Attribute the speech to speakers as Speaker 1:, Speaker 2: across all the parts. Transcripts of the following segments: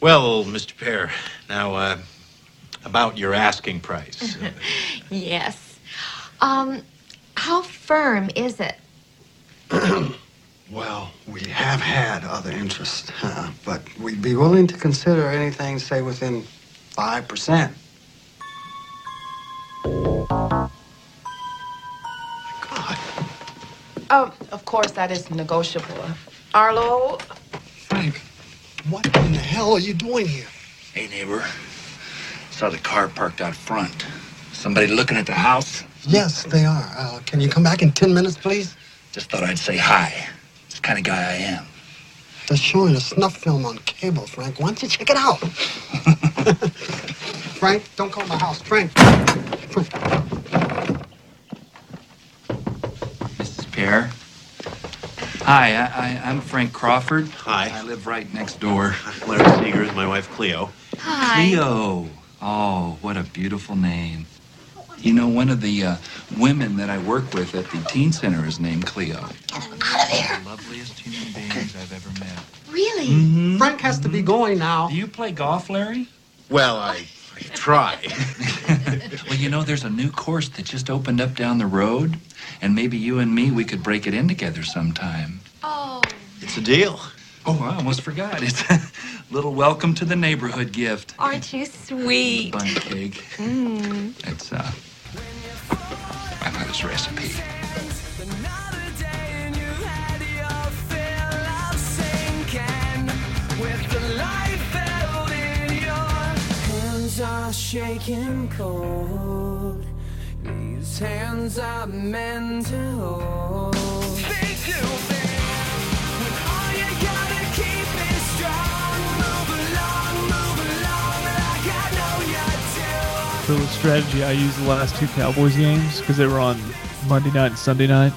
Speaker 1: Well, Mr. Pear, now uh, about your asking price. Uh,
Speaker 2: Yes. Um, how firm is it?
Speaker 3: Well, we have had other interest, uh, but we'd be willing to consider anything, say, within 5%. God.
Speaker 4: Um, of course, that is negotiable. Arlo,
Speaker 3: Frank, what in the hell are you doing here?
Speaker 5: Hey, neighbor. Saw the car parked out front. Somebody looking at the house?
Speaker 3: Yes, they are. Uh, can you come back in 10 minutes, please?
Speaker 5: Just thought I'd say hi. It's the kind of guy I am.
Speaker 3: They're showing a snuff film on cable, Frank. Why don't you check it out? Frank, don't call my house. Frank. Frank.
Speaker 5: Mrs. Pear? Hi, I, I, I'm Frank Crawford.
Speaker 1: Hi.
Speaker 5: I live right next door.
Speaker 1: Larry Seeger is my wife, Cleo.
Speaker 2: Hi.
Speaker 5: Cleo. Oh, what a beautiful name. You know, one of the uh, women that I work with at the teen center is named Cleo. The loveliest human beings I've ever met.
Speaker 2: Really?
Speaker 3: Frank has to be going now.
Speaker 5: Do you play golf, Larry?
Speaker 1: Well, I, I try.
Speaker 5: Well, you know, there's a new course that just opened up down the road, and maybe you and me, we could break it in together sometime.
Speaker 2: Oh.
Speaker 1: It's a deal.
Speaker 5: Oh, I almost forgot. It's a little welcome to the neighborhood gift.
Speaker 2: Aren't you
Speaker 5: The
Speaker 2: sweet?
Speaker 5: bun cake. It's, uh, I know this recipe.
Speaker 6: Shaking cold, these hands are meant to hold. Think to think, when all you gotta keep is strong. Move along, move along, like I know you do.
Speaker 7: The strategy I used the last two Cowboys games because they were on Monday night and Sunday night,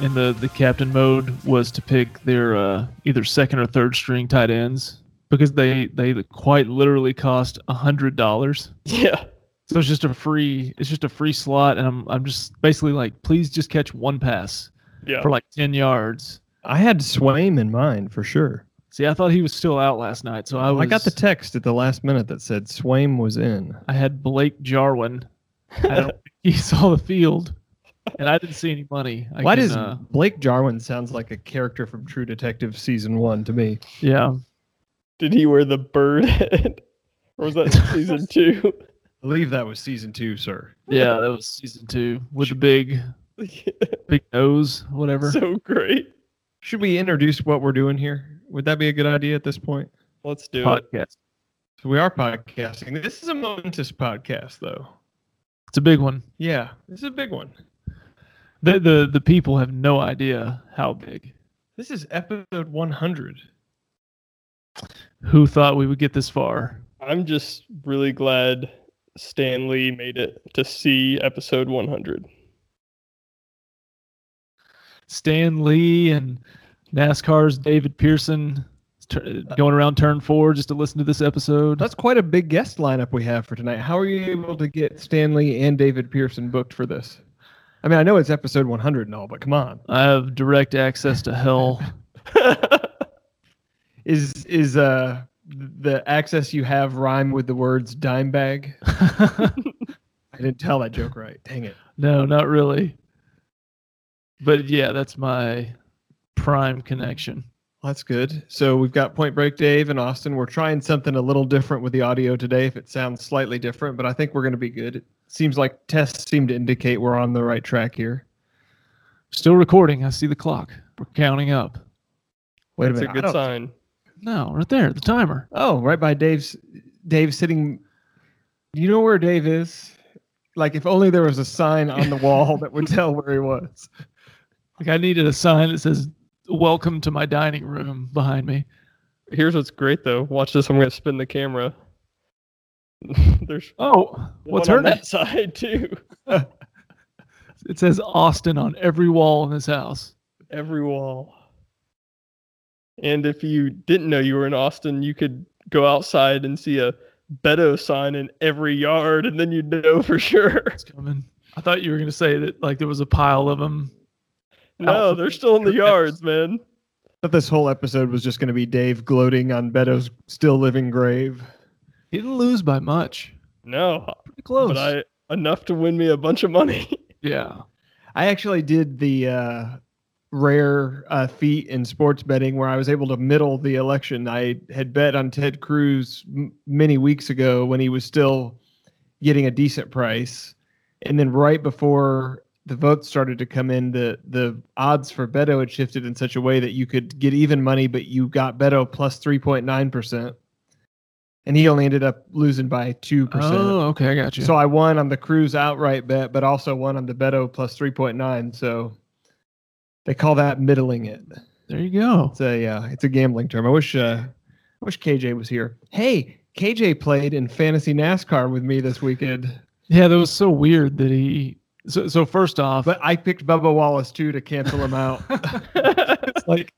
Speaker 7: and the the captain mode was to pick their uh, either second or third string tight ends because they they quite literally cost a hundred dollars.
Speaker 8: Yeah.
Speaker 7: So it's just a free it's just a free slot, and I'm I'm just basically like, please just catch one pass
Speaker 8: Yeah.
Speaker 7: for like ten yards.
Speaker 8: I had Swaim in mind for sure.
Speaker 7: See, I thought he was still out last night, so I was
Speaker 8: I got the text at the last minute that said Swaim was in.
Speaker 7: I had Blake Jarwin. I don't think he saw the field, and I didn't see any money. I
Speaker 8: Why
Speaker 7: can,
Speaker 8: does
Speaker 7: uh,
Speaker 8: Blake Jarwin sounds like a character from True Detective season one to me?
Speaker 7: yeah?
Speaker 9: Did he wear the bird head? Or was that season two?
Speaker 8: I believe that was season two, sir.
Speaker 7: Yeah, that was season two with the big, big nose, whatever.
Speaker 9: so great.
Speaker 8: Should we introduce what we're doing here? Would that be a good idea at this point?
Speaker 9: Let's do it.
Speaker 7: podcast.
Speaker 8: So we are podcasting. This is a momentous podcast, though.
Speaker 7: It's a big one.
Speaker 8: Yeah, this is a big one.
Speaker 7: The the the people have no idea how big.
Speaker 8: This is episode 100.
Speaker 7: Who thought we would get this far?
Speaker 9: I'm just really glad Stan Lee made it to see episode 100.
Speaker 7: Stan Lee and NASCAR's David Pearson tur- going around turn four just to listen to this episode.
Speaker 8: That's quite a big guest lineup we have for tonight. How are you able to get Stanley and David Pearson booked for this? I mean, I know it's episode 100 and all, but come on.
Speaker 7: I have direct access to hell.
Speaker 8: Is is uh the access you have rhyme with the words dime bag? I didn't tell that joke right. Dang it.
Speaker 7: No, not really. But yeah, that's my prime connection.
Speaker 8: Well, that's good. So we've got Point Break Dave and Austin. We're trying something a little different with the audio today, if it sounds slightly different, but I think we're going to be good. It seems like tests seem to indicate we're on the right track here.
Speaker 7: Still recording. I see the clock. We're counting up.
Speaker 8: Wait
Speaker 9: That's a
Speaker 8: a minute. I
Speaker 9: good
Speaker 8: don't-
Speaker 9: sign.
Speaker 7: No, right there, the timer.
Speaker 8: Oh, right by Dave's. Dave sitting. You know where Dave is? Like, if only there was a sign on the wall that would tell where he was.
Speaker 7: Like I needed a sign that says "Welcome to my dining room" behind me.
Speaker 9: Here's what's great though. Watch this. I'm going to spin the camera. There's
Speaker 7: Oh, what's
Speaker 9: one
Speaker 7: her
Speaker 9: on
Speaker 7: name?
Speaker 9: that side too.
Speaker 7: It says Austin on every wall in this house.
Speaker 9: Every wall. And if you didn't know you were in Austin, you could go outside and see a Beto sign in every yard, and then you'd know for sure.
Speaker 7: It's coming. I thought you were gonna say that like there was a pile of them.
Speaker 9: No, they're still in the yards, man.
Speaker 8: thought this whole episode was just going to be Dave gloating on Beto's still living grave.
Speaker 7: He didn't lose by much.
Speaker 9: No,
Speaker 7: Pretty close.
Speaker 9: but I enough to win me a bunch of money.
Speaker 7: yeah.
Speaker 8: I actually did the uh, rare uh, feat in sports betting where I was able to middle the election. I had bet on Ted Cruz m- many weeks ago when he was still getting a decent price, and then right before the votes started to come in, the the odds for Beto had shifted in such a way that you could get even money, but you got Beto plus three point nine percent, and he only ended up losing by two percent.
Speaker 7: Oh, okay, I got you.
Speaker 8: So I won on the cruise outright bet, but also won on the Beto plus 3.9. So they call that middling it.
Speaker 7: there you go.
Speaker 8: It's a uh, it's a gambling term. I wish uh, I wish KJ was here. Hey, KJ played in fantasy NASCAR with me this weekend,
Speaker 7: Yeah, that was so weird that he. So, so first off,
Speaker 8: but I picked Bubba Wallace too to cancel him out. it's like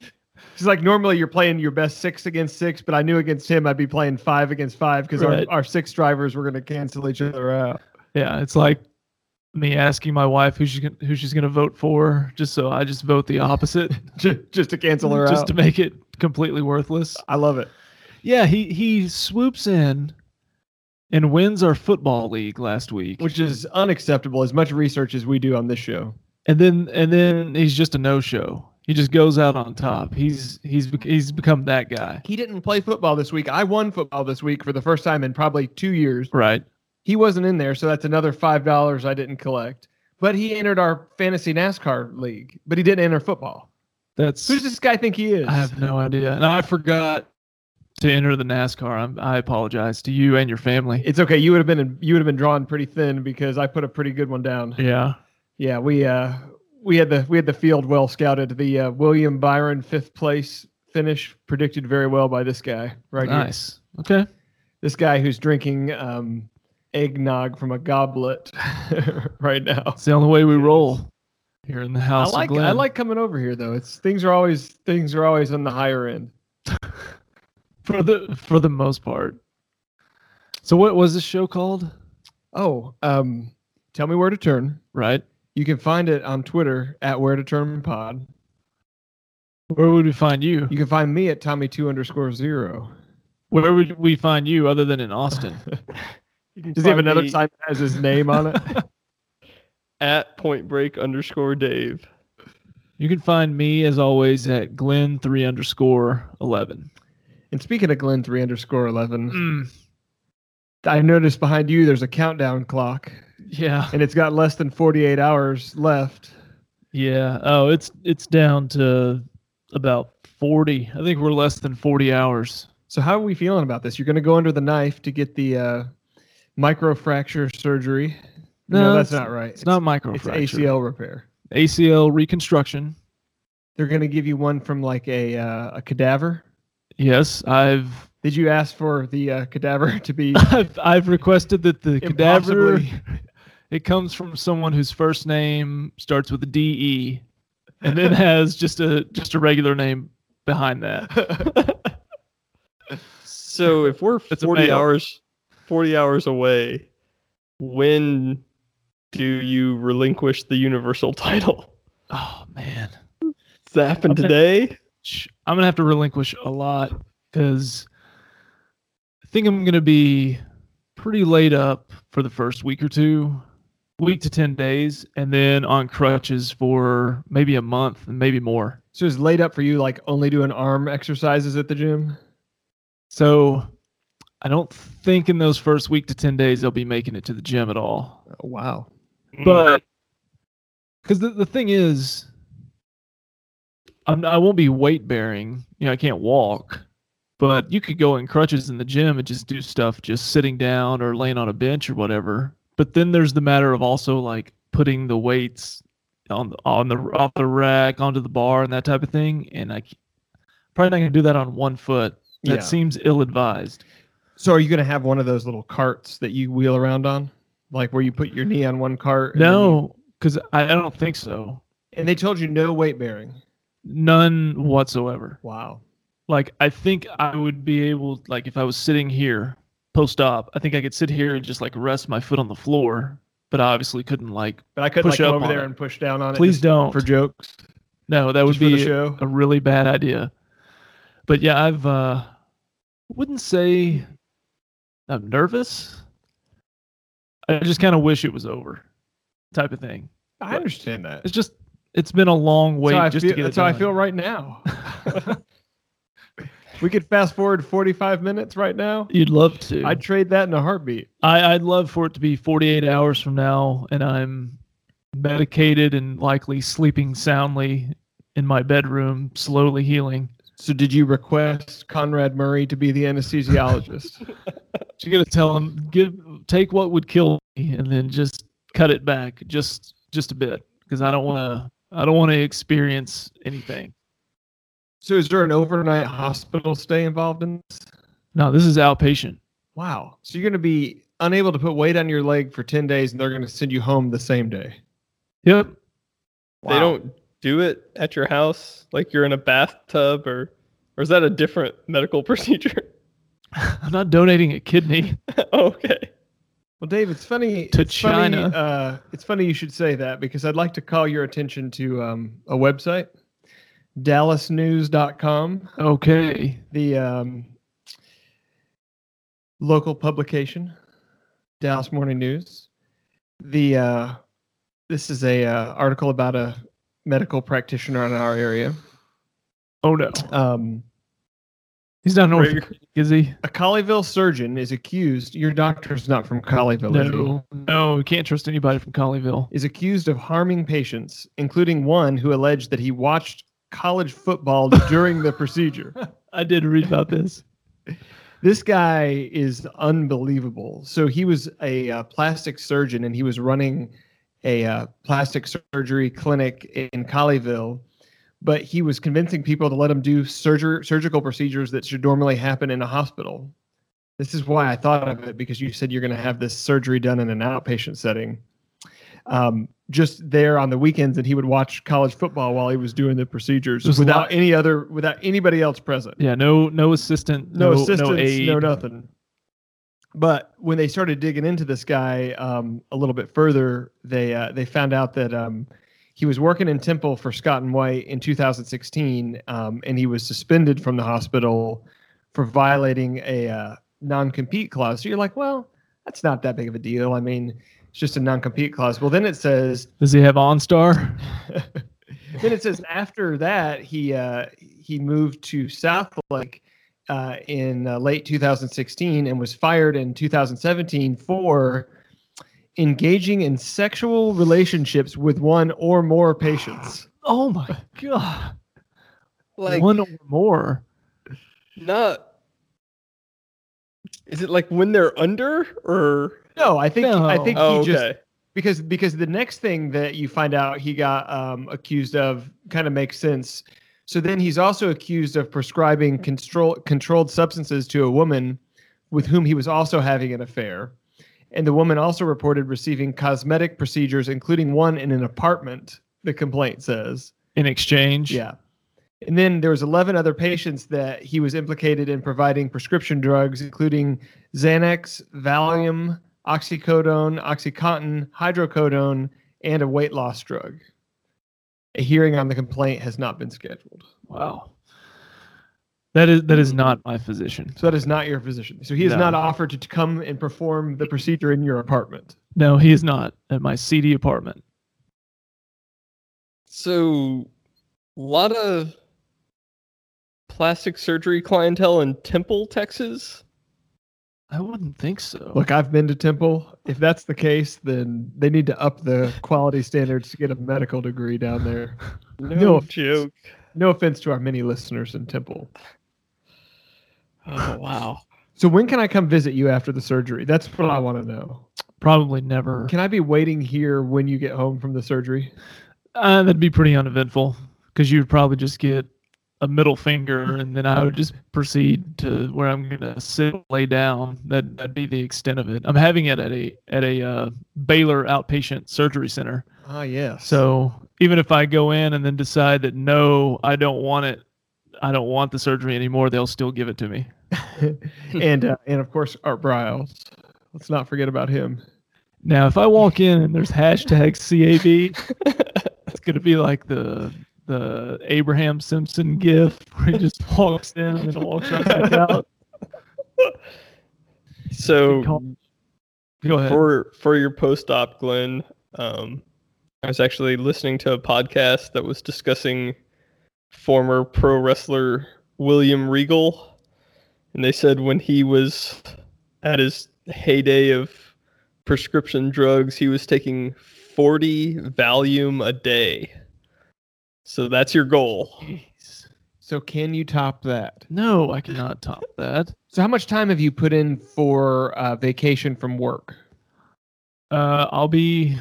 Speaker 8: it's like normally you're playing your best six against six, but I knew against him I'd be playing five against five because
Speaker 9: Right.
Speaker 8: our, our six drivers were going to cancel each other out.
Speaker 7: yeah, it's like me asking my wife who she's gonna, who she's going to vote for, just so I just vote the opposite,
Speaker 8: Just, just to cancel her
Speaker 7: just
Speaker 8: out.
Speaker 7: to make it completely worthless.
Speaker 8: I love it.
Speaker 7: Yeah, he he swoops in and wins our football league last week,
Speaker 8: which is unacceptable as much research as we do on this show.
Speaker 7: and then and then he's just a no show. He just goes out on top. He's he's bec- he's become that guy,
Speaker 8: He didn't play football this week. I won football this week for the first time in probably two years.
Speaker 7: right?
Speaker 8: He wasn't in there, so that's another five dollars I didn't collect. But he entered our fantasy NASCAR league, but he didn't enter football.
Speaker 7: That's
Speaker 8: Who does this guy think he is?
Speaker 7: I have no idea, and I forgot to enter the NASCAR. I'm, I apologize to you and your family.
Speaker 8: It's okay. You would have been in, you would have been drawn pretty thin because I put a pretty good one down.
Speaker 7: yeah,
Speaker 8: Yeah, we uh we had the we had the field well scouted. The uh, William Byron fifth place finish predicted very well by this guy right here.
Speaker 7: nice. Okay.
Speaker 8: this guy who's drinking um, eggnog from a goblet right now.
Speaker 7: It's the only way we roll here in the
Speaker 8: I
Speaker 7: house. of
Speaker 8: like
Speaker 7: Glenn.
Speaker 8: I like coming over here though. It's things are always things are always on the higher end.
Speaker 7: for the for the most part. So what was this show called?
Speaker 8: Oh, um, tell me where to turn.
Speaker 7: Right?
Speaker 8: You can find it on Twitter at where to turn pod.
Speaker 7: Where would we find you?
Speaker 8: You can find me at Tommy two underscore zero.
Speaker 7: Where would we find you other than in Austin?
Speaker 9: You can
Speaker 8: Does he have
Speaker 9: find
Speaker 8: another
Speaker 9: me
Speaker 8: sign that has his name on it?
Speaker 9: at Point Break underscore Dave?
Speaker 7: you can find me as always at Glenn three underscore eleven.
Speaker 8: and speaking of Glenn three underscore eleven,
Speaker 9: Mm.
Speaker 8: I noticed behind you there's a countdown clock,
Speaker 7: Yeah,
Speaker 8: and it's got less than forty eight hours left.
Speaker 7: yeah. Oh, it's it's down to about forty. I think we're less than forty hours.
Speaker 8: So how are we feeling about this? You're going to go under the knife to get the uh, microfracture surgery. No,
Speaker 7: No,
Speaker 8: that's
Speaker 7: it's-
Speaker 8: not right.
Speaker 7: It's, not micro.
Speaker 8: It's ACL repair.
Speaker 7: ACL reconstruction.
Speaker 8: They're going to give you one from like a uh, a cadaver.
Speaker 7: Yes, I've
Speaker 8: Did you ask for the uh, cadaver to be?
Speaker 7: I've, I've requested that the cadaver.
Speaker 8: Impossibly.
Speaker 7: It comes from someone whose first name starts with a D E, and then has just a just a regular name behind that.
Speaker 9: So if we're
Speaker 7: It's a
Speaker 9: forty
Speaker 7: male.
Speaker 9: hours, forty hours away, when do you relinquish the universal title?
Speaker 7: oh man,
Speaker 9: It's happened
Speaker 7: Okay.
Speaker 9: today.
Speaker 7: Sh- I'm gonna have to relinquish a lot because I think I'm gonna be pretty laid up for the first week or two, week to ten days, and then on crutches for maybe a month and maybe more.
Speaker 8: so it's laid up for you, like only doing arm exercises at the gym.
Speaker 7: So I don't think in those first week to 10 days they'll be making it to the gym at all.
Speaker 8: Oh, wow.
Speaker 7: But because the, the thing is, I'm, I won't be weight bearing. You know, I can't walk, but you could go in crutches in the gym and just do stuff just sitting down or laying on a bench or whatever. But then there's the matter of also like putting the weights on the, on the off the rack onto the bar and that type of thing. And I c- probably not gonna do that on one foot. That
Speaker 8: Yeah.
Speaker 7: seems ill advised.
Speaker 8: So are you going to have one of those little carts that you wheel around on, like where you put your knee on one cart? and then you-
Speaker 7: No, because I, I don't think so.
Speaker 8: and they told you no weight bearing.
Speaker 7: None whatsoever.
Speaker 8: Wow.
Speaker 7: Like I think I would be able, like if I was sitting here post op, I think I could sit here and just like rest my foot on the floor. But I obviously couldn't like.
Speaker 8: But I could
Speaker 7: Push
Speaker 8: like go
Speaker 7: up
Speaker 8: over
Speaker 7: on
Speaker 8: there
Speaker 7: it.
Speaker 8: and push down on it.
Speaker 7: Please
Speaker 8: just
Speaker 7: don't.
Speaker 8: for jokes.
Speaker 7: No, that would
Speaker 8: Just for the
Speaker 7: be
Speaker 8: show?
Speaker 7: a really bad idea. But yeah, I've uh wouldn't say I'm nervous. I just kind of wish it was over, type of thing.
Speaker 8: I understand that.
Speaker 7: It's just it's been a long wait
Speaker 8: that's how I
Speaker 7: just
Speaker 8: feel,
Speaker 7: to get it
Speaker 8: that's how I
Speaker 7: done.
Speaker 8: feel right now. we could fast forward 45 minutes right now.
Speaker 7: You'd love to.
Speaker 8: I'd trade that in a heartbeat.
Speaker 7: I, I'd love for it to be 48 hours from now, and I'm medicated and likely sleeping soundly in my bedroom, slowly healing.
Speaker 8: So, did you request Conrad Murray to be the anesthesiologist?
Speaker 7: You're gonna tell him, give, take what would kill me, and then just cut it back, just, just a bit, because I don't want to, I don't want to experience anything.
Speaker 8: so, is there an overnight hospital stay involved in this?
Speaker 7: No, this is outpatient.
Speaker 8: Wow. So, you're going to be unable to put weight on your leg for 10 days and they're going to send you home the same day.
Speaker 7: Yep.
Speaker 9: They
Speaker 8: Wow.
Speaker 9: don't do it at your house, like you're in a bathtub, or or is that a different medical procedure?
Speaker 7: I'm not donating a kidney.
Speaker 9: okay.
Speaker 8: Well, Dave, it's funny.
Speaker 7: To
Speaker 8: it's funny,
Speaker 7: China.
Speaker 8: uh, it's funny you should say that because I'd like to call your attention to um, a website, DallasNews.com,
Speaker 7: Okay.
Speaker 8: the um, local publication, Dallas Morning News. The uh, this is a uh, article about a medical practitioner in our area.
Speaker 7: Oh no,
Speaker 8: Um,
Speaker 7: he's not an
Speaker 9: Right.
Speaker 7: orphan, is he?
Speaker 8: a Colleyville surgeon is accused. Your doctor's not from Colleyville. is he?
Speaker 7: No, no, we can't trust anybody from Colleyville.
Speaker 8: is accused of harming patients, including one who alleged that he watched college football during the procedure.
Speaker 7: I did read about this.
Speaker 8: This guy is unbelievable. So he was a uh, plastic surgeon and he was running a uh, plastic surgery clinic in Colleyville, but he was convincing people to let him do surger- surgical procedures that should normally happen in a hospital. This is why I thought of it because you said you're going to have this surgery done in an outpatient setting. Um, just there on the weekends, and he would watch college football while he was doing the procedures
Speaker 7: There's a
Speaker 8: without
Speaker 7: lot-
Speaker 8: any other, without anybody else present
Speaker 7: Yeah, no, no assistant, no,
Speaker 8: no, assistance,
Speaker 7: no
Speaker 8: no,
Speaker 7: aid,
Speaker 8: nothing. But when they started digging into this guy um, a little bit further, they uh, they found out that um, he was working in Temple for Scott and White in 2016, um, and he was suspended from the hospital for violating a uh, non compete clause. So you're like, well, that's not that big of a deal. I mean, it's just a non compete clause. Well, then it says
Speaker 7: Does he have OnStar?
Speaker 8: then it says after that he uh, he moved to South Lake uh, in uh, late 2016 and was fired in 2017 for engaging in sexual relationships with one or more patients.
Speaker 7: Oh my god!
Speaker 9: Like
Speaker 7: One or more.
Speaker 9: not. Is it like when they're under or?
Speaker 8: No, I think I
Speaker 7: No.
Speaker 8: think he
Speaker 9: Oh, okay.
Speaker 8: just because because the next thing that you find out he got um, accused of kind of makes sense. So then he's also accused of prescribing control controlled substances to a woman with whom he was also having an affair. And the woman also reported receiving cosmetic procedures, including one in an apartment, the complaint says.
Speaker 7: In exchange,
Speaker 8: Yeah. And then there was 11 other patients that he was implicated in providing prescription drugs, including Xanax, Valium, oxycodone, OxyContin, hydrocodone, and a weight loss drug. A hearing on the complaint has not been scheduled.
Speaker 7: Wow. That is that is not my physician.
Speaker 8: So that is not your physician. So he has
Speaker 7: No.
Speaker 8: not offered to come and perform the procedure in your apartment.
Speaker 7: No, he is not at my CD apartment.
Speaker 9: So, a lot of plastic surgery clientele in Temple, Texas.
Speaker 7: I wouldn't think so.
Speaker 8: Look, I've been to Temple. If that's the case, then they need to up the quality standards to get a medical degree down there.
Speaker 9: No,
Speaker 8: No.
Speaker 9: joke.
Speaker 8: No offense to our many listeners in Temple.
Speaker 9: Oh wow.
Speaker 8: So when can I come visit you after the surgery? That's what I want to know.
Speaker 7: Probably never.
Speaker 8: Can I be waiting here when you get home from the surgery?
Speaker 7: Uh, that'd be pretty uneventful because you'd probably just get a middle finger, and then I would just proceed to where I'm gonna sit, lay down. That that'd be the extent of it. I'm having it at a at a uh, Baylor outpatient surgery center.
Speaker 8: Ah, yes.
Speaker 7: So even if I go in and then decide that no, I don't want it, I don't want the surgery anymore, they'll still give it to me.
Speaker 8: and uh, and of course Art Briles. Let's not forget about him.
Speaker 7: Now, if I walk in and there's hashtag CAB, it's gonna be like the the Abraham Simpson gif where he just walks in and then walks right back out.
Speaker 9: So
Speaker 7: Go ahead.
Speaker 9: for for your post op, Glenn, um, I was actually listening to a podcast that was discussing former pro wrestler William Regal, and they said when he was at his heyday of prescription drugs, he was taking forty Valium a day. So that's your goal.
Speaker 7: Jeez.
Speaker 8: So can you top that?
Speaker 7: No, I cannot top that.
Speaker 8: So how much time have you put in for uh, vacation from work?
Speaker 7: Uh, I'll be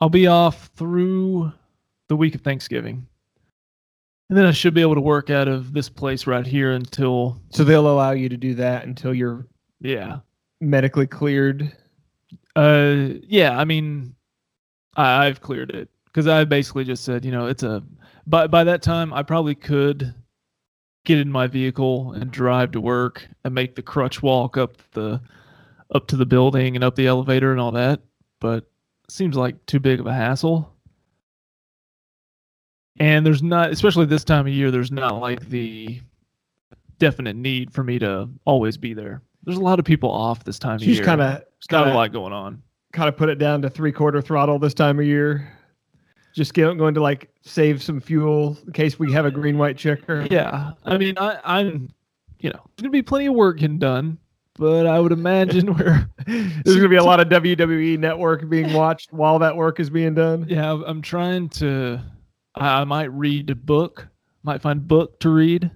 Speaker 7: I'll be off through the week of Thanksgiving. And then I should be able to work out of this place right here until
Speaker 8: So they'll allow you to do that until you're
Speaker 7: yeah.
Speaker 8: medically cleared.
Speaker 7: Uh yeah, I mean I, I've cleared it cuz I basically just said, you know, it's a by by that time I probably could get in my vehicle and drive to work and make the crutch walk up the up to the building and up the elevator and all that, but seems like too big of a hassle. And there's not especially this time of year there's not like the definite need for me to always be there. There's a lot of people off this time
Speaker 8: So
Speaker 7: of
Speaker 8: you
Speaker 7: year.
Speaker 8: just kind of
Speaker 7: It's not a
Speaker 8: kinda-
Speaker 7: lot going on.
Speaker 8: kind of put it down to three quarter throttle this time of year. Just go- going to like save some fuel in case we have a green white checker.
Speaker 7: Yeah, I mean, I, I'm, you know, there's gonna be plenty of work getting done, but I would imagine we're
Speaker 8: There's going to be a lot of WWE network being watched while that work is being done.
Speaker 7: Yeah, I'm- I'm trying to. I I might read a book. Might find book to read.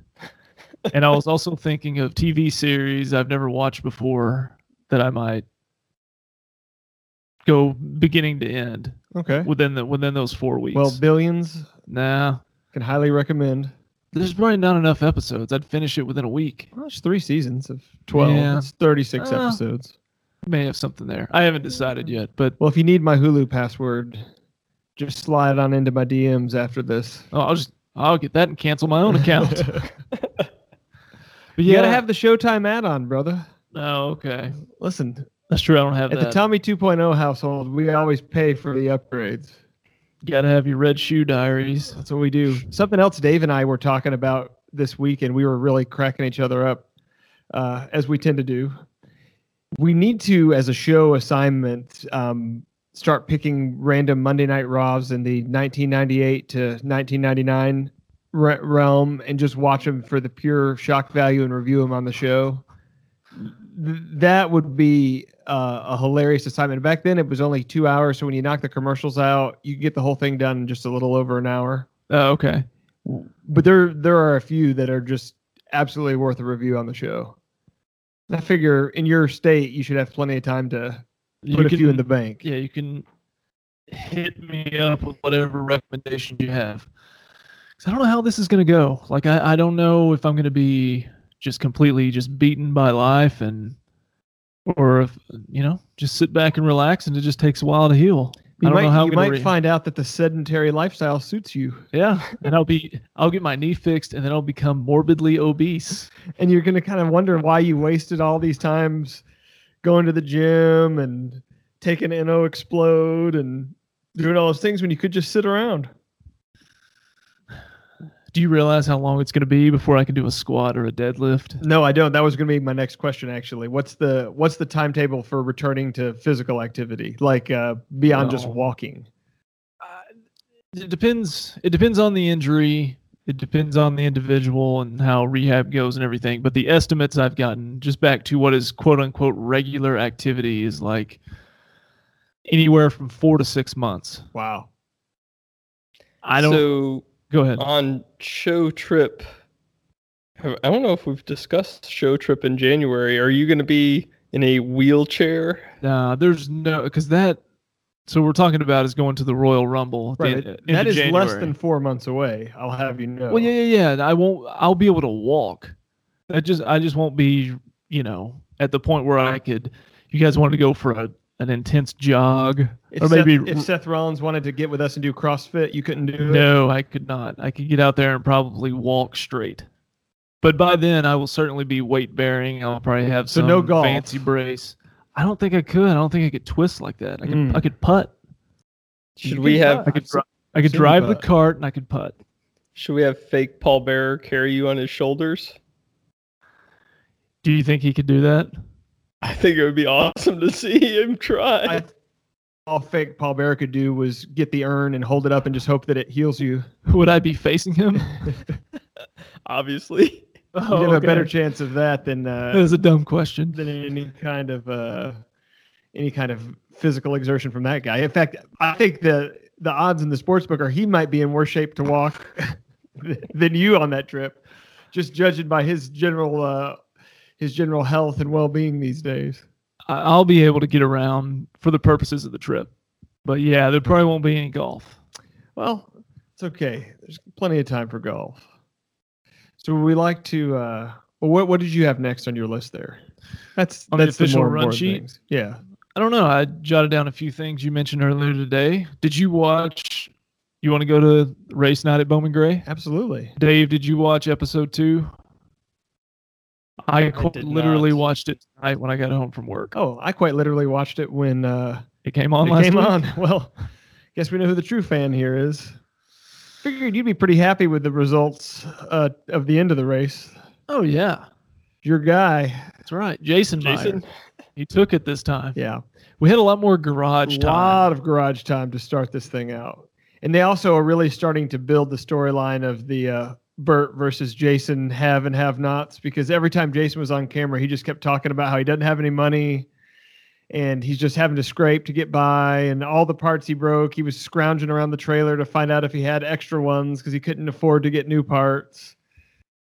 Speaker 7: And I was also thinking of TV series I've never watched before that I might go beginning to end
Speaker 8: Okay.
Speaker 7: within the within those four weeks.
Speaker 8: Well, billions
Speaker 7: nah,
Speaker 8: can highly recommend.
Speaker 7: there's probably not enough episodes. I'd finish it within a week.
Speaker 8: Well, it's three seasons of 12.
Speaker 7: Yeah.
Speaker 8: It's 36
Speaker 7: Uh.
Speaker 8: episodes.
Speaker 7: May have something there. I haven't decided yet, but
Speaker 8: Well, if you need my Hulu password, just slide on into my DMs after this.
Speaker 7: Oh, I'll just I'll get that and cancel my own account. but
Speaker 8: You got to
Speaker 7: yeah.
Speaker 8: have the Showtime add on, brother.
Speaker 7: Oh, okay.
Speaker 8: Listen,
Speaker 7: That's true. I don't have
Speaker 8: at
Speaker 7: that.
Speaker 8: the Tommy 2.0 household, we always pay for the upgrades.
Speaker 7: You gotta have your red shoe diaries.
Speaker 8: That's what we do. Something else Dave and I were talking about this week, and we were really cracking each other up, uh, as we tend to do. We need to, as a show assignment, um, start picking random Monday Night Raws in the 1998 to 1999 re- realm and just watch them for the pure shock value and review them on the show. Th- that would be uh, a hilarious assignment. Back then, it was only two hours. So when you knock the commercials out, you get the whole thing done in just a little over an hour.
Speaker 7: Oh, okay.
Speaker 8: But there, there are a few that are just absolutely worth a review on the show. And I figure in your state, you should have plenty of time to
Speaker 7: You
Speaker 8: put a few in the bank.
Speaker 7: yeah. You can hit me up with whatever recommendation you have. 'Cause I don't know how this is gonna go. Like I, I don't know if I'm gonna be just completely just beaten by life and or if you know just sit back and relax and it just takes a while to heal.
Speaker 8: You
Speaker 7: I don't
Speaker 8: might,
Speaker 7: know how I'm
Speaker 8: you
Speaker 7: gonna
Speaker 8: might
Speaker 7: re-
Speaker 8: find out that the sedentary lifestyle suits you,
Speaker 7: Yeah, and I'll be I'll get my knee fixed and then I'll become morbidly obese.
Speaker 8: and you're going to kind of wonder why you wasted all these times going to the gym and taking NO Explode and doing all those things when you could just sit around.
Speaker 7: Do you realize how long it's going to be before I can do a squat or a deadlift?
Speaker 8: No, I don't. That was going to be my next question. Actually, what's the what's the timetable for returning to physical activity, like uh, beyond just
Speaker 7: Well-
Speaker 8: walking?
Speaker 7: It depends. It depends on the injury. It depends on the individual and how rehab goes and everything. But the estimates I've gotten just back to what is quote unquote regular activity is like anywhere from four to six months.
Speaker 8: Wow.
Speaker 7: I don't
Speaker 9: So
Speaker 7: go ahead.
Speaker 9: on show trip have- i don't know if we've discussed show trip in january are you going to be in a wheelchair
Speaker 7: Nah, there's no because that. So we're talking about is going to the Royal Rumble. at the
Speaker 8: Right.
Speaker 7: end-
Speaker 8: that-
Speaker 7: end
Speaker 8: that
Speaker 7: of
Speaker 8: is less
Speaker 7: January.
Speaker 8: than four months away. I'll have you know.
Speaker 7: Well, yeah, yeah, yeah. I won't. I'll be able to walk. I just, I just won't be, you know, at the point where I could. You guys want to go for a, an intense jog,
Speaker 8: If
Speaker 7: or maybe
Speaker 8: Seth, if Seth Rollins wanted to get with us and do CrossFit, you couldn't do it.
Speaker 7: no, I could not. I could get out there and probably walk straight. But by then, I will certainly be weight bearing. I'll probably have
Speaker 8: So
Speaker 7: some
Speaker 8: no golf.
Speaker 7: fancy brace. I don't think I could. I don't think I could twist like that. I could,
Speaker 8: Mm.
Speaker 7: I could putt.
Speaker 9: should
Speaker 8: You
Speaker 9: we
Speaker 8: can
Speaker 9: have
Speaker 7: I could, dri- I could
Speaker 8: seen you
Speaker 7: drive the
Speaker 8: putt.
Speaker 7: cart and I could putt.
Speaker 9: Should we have fake Paul Bearer carry you on his shoulders?
Speaker 7: Do you think he could do that?
Speaker 9: I think it would be awesome to see him try.
Speaker 8: I, all fake Paul Bearer could do was get the urn and hold it up and just hope that it heals you.
Speaker 7: Would I be facing him?
Speaker 9: Obviously.
Speaker 7: Oh,
Speaker 8: You'd have
Speaker 7: okay.
Speaker 8: a better chance of that than
Speaker 7: That
Speaker 8: uh,
Speaker 7: is a dumb question.
Speaker 8: than any kind of uh, any kind of physical exertion from that guy. In fact, I think the the odds in the sports book are he might be in worse shape to walk than you on that trip, just judging by his general uh, his general health and well being these days.
Speaker 7: I- I'll be able to get around for the purposes of the trip. But yeah, there probably won't be any golf.
Speaker 8: Well, it's okay. There's plenty of time for golf. So we like to. Uh, well, what what did you have next on your list there? That's
Speaker 7: On the
Speaker 8: that's
Speaker 7: official
Speaker 8: more
Speaker 7: run
Speaker 8: important
Speaker 7: sheet?
Speaker 8: things. Yeah.
Speaker 7: I don't know. I jotted down a few things you mentioned earlier today. Did you watch? You want to go to race night at Bowman Gray?
Speaker 8: Absolutely.
Speaker 7: Dave, did you watch episode two? I, qu-
Speaker 9: did
Speaker 7: literally
Speaker 9: not.
Speaker 7: watched it tonight when I got home from work.
Speaker 8: Oh, I quite literally watched it when uh,
Speaker 7: It came on
Speaker 8: it
Speaker 7: last
Speaker 8: came
Speaker 7: week?
Speaker 8: on. Well, guess we know who the true fan here is. Figured you'd be pretty happy with the results uh, of the end of the race.
Speaker 7: Oh yeah,
Speaker 8: Your guy,
Speaker 7: that's right. Jason,
Speaker 9: Jason?
Speaker 7: Meyer. he took it this time.
Speaker 8: yeah,
Speaker 7: We had a lot more garage
Speaker 8: a
Speaker 7: time.
Speaker 8: lot of garage time to start this thing out, and they also are really starting to build the storyline of the uh, Bert versus Jason have and have nots because every time Jason was on camera, he just kept talking about how he doesn't have any money. and he's just having to scrape to get by and all the parts he broke he was scrounging around the trailer to find out if he had extra ones because he couldn't afford to get new parts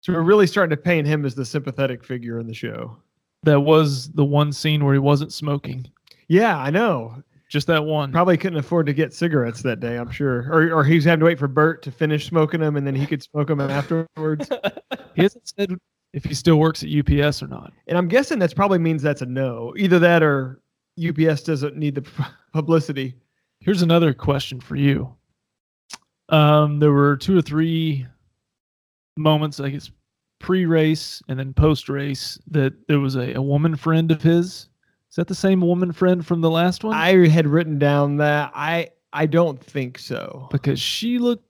Speaker 8: so we're really starting to paint him as the sympathetic figure in the show
Speaker 7: That was the one scene where he wasn't smoking.
Speaker 8: yeah i know
Speaker 7: Just that one.
Speaker 8: probably couldn't afford to get cigarettes that day i'm sure or, or he was having to wait for bert to finish smoking them and then he could smoke them afterwards
Speaker 7: He hasn't said if he still works at UPS or not.
Speaker 8: and i'm guessing that's probably means that's a no either that or ups doesn't need the publicity
Speaker 7: Here's another question for you. Um, there were two or three moments, I guess, pre-race and then post-race, that there was a, a woman friend of his. Is that the same woman friend from the last one?
Speaker 8: i had written down that i i don't think so
Speaker 7: because she looked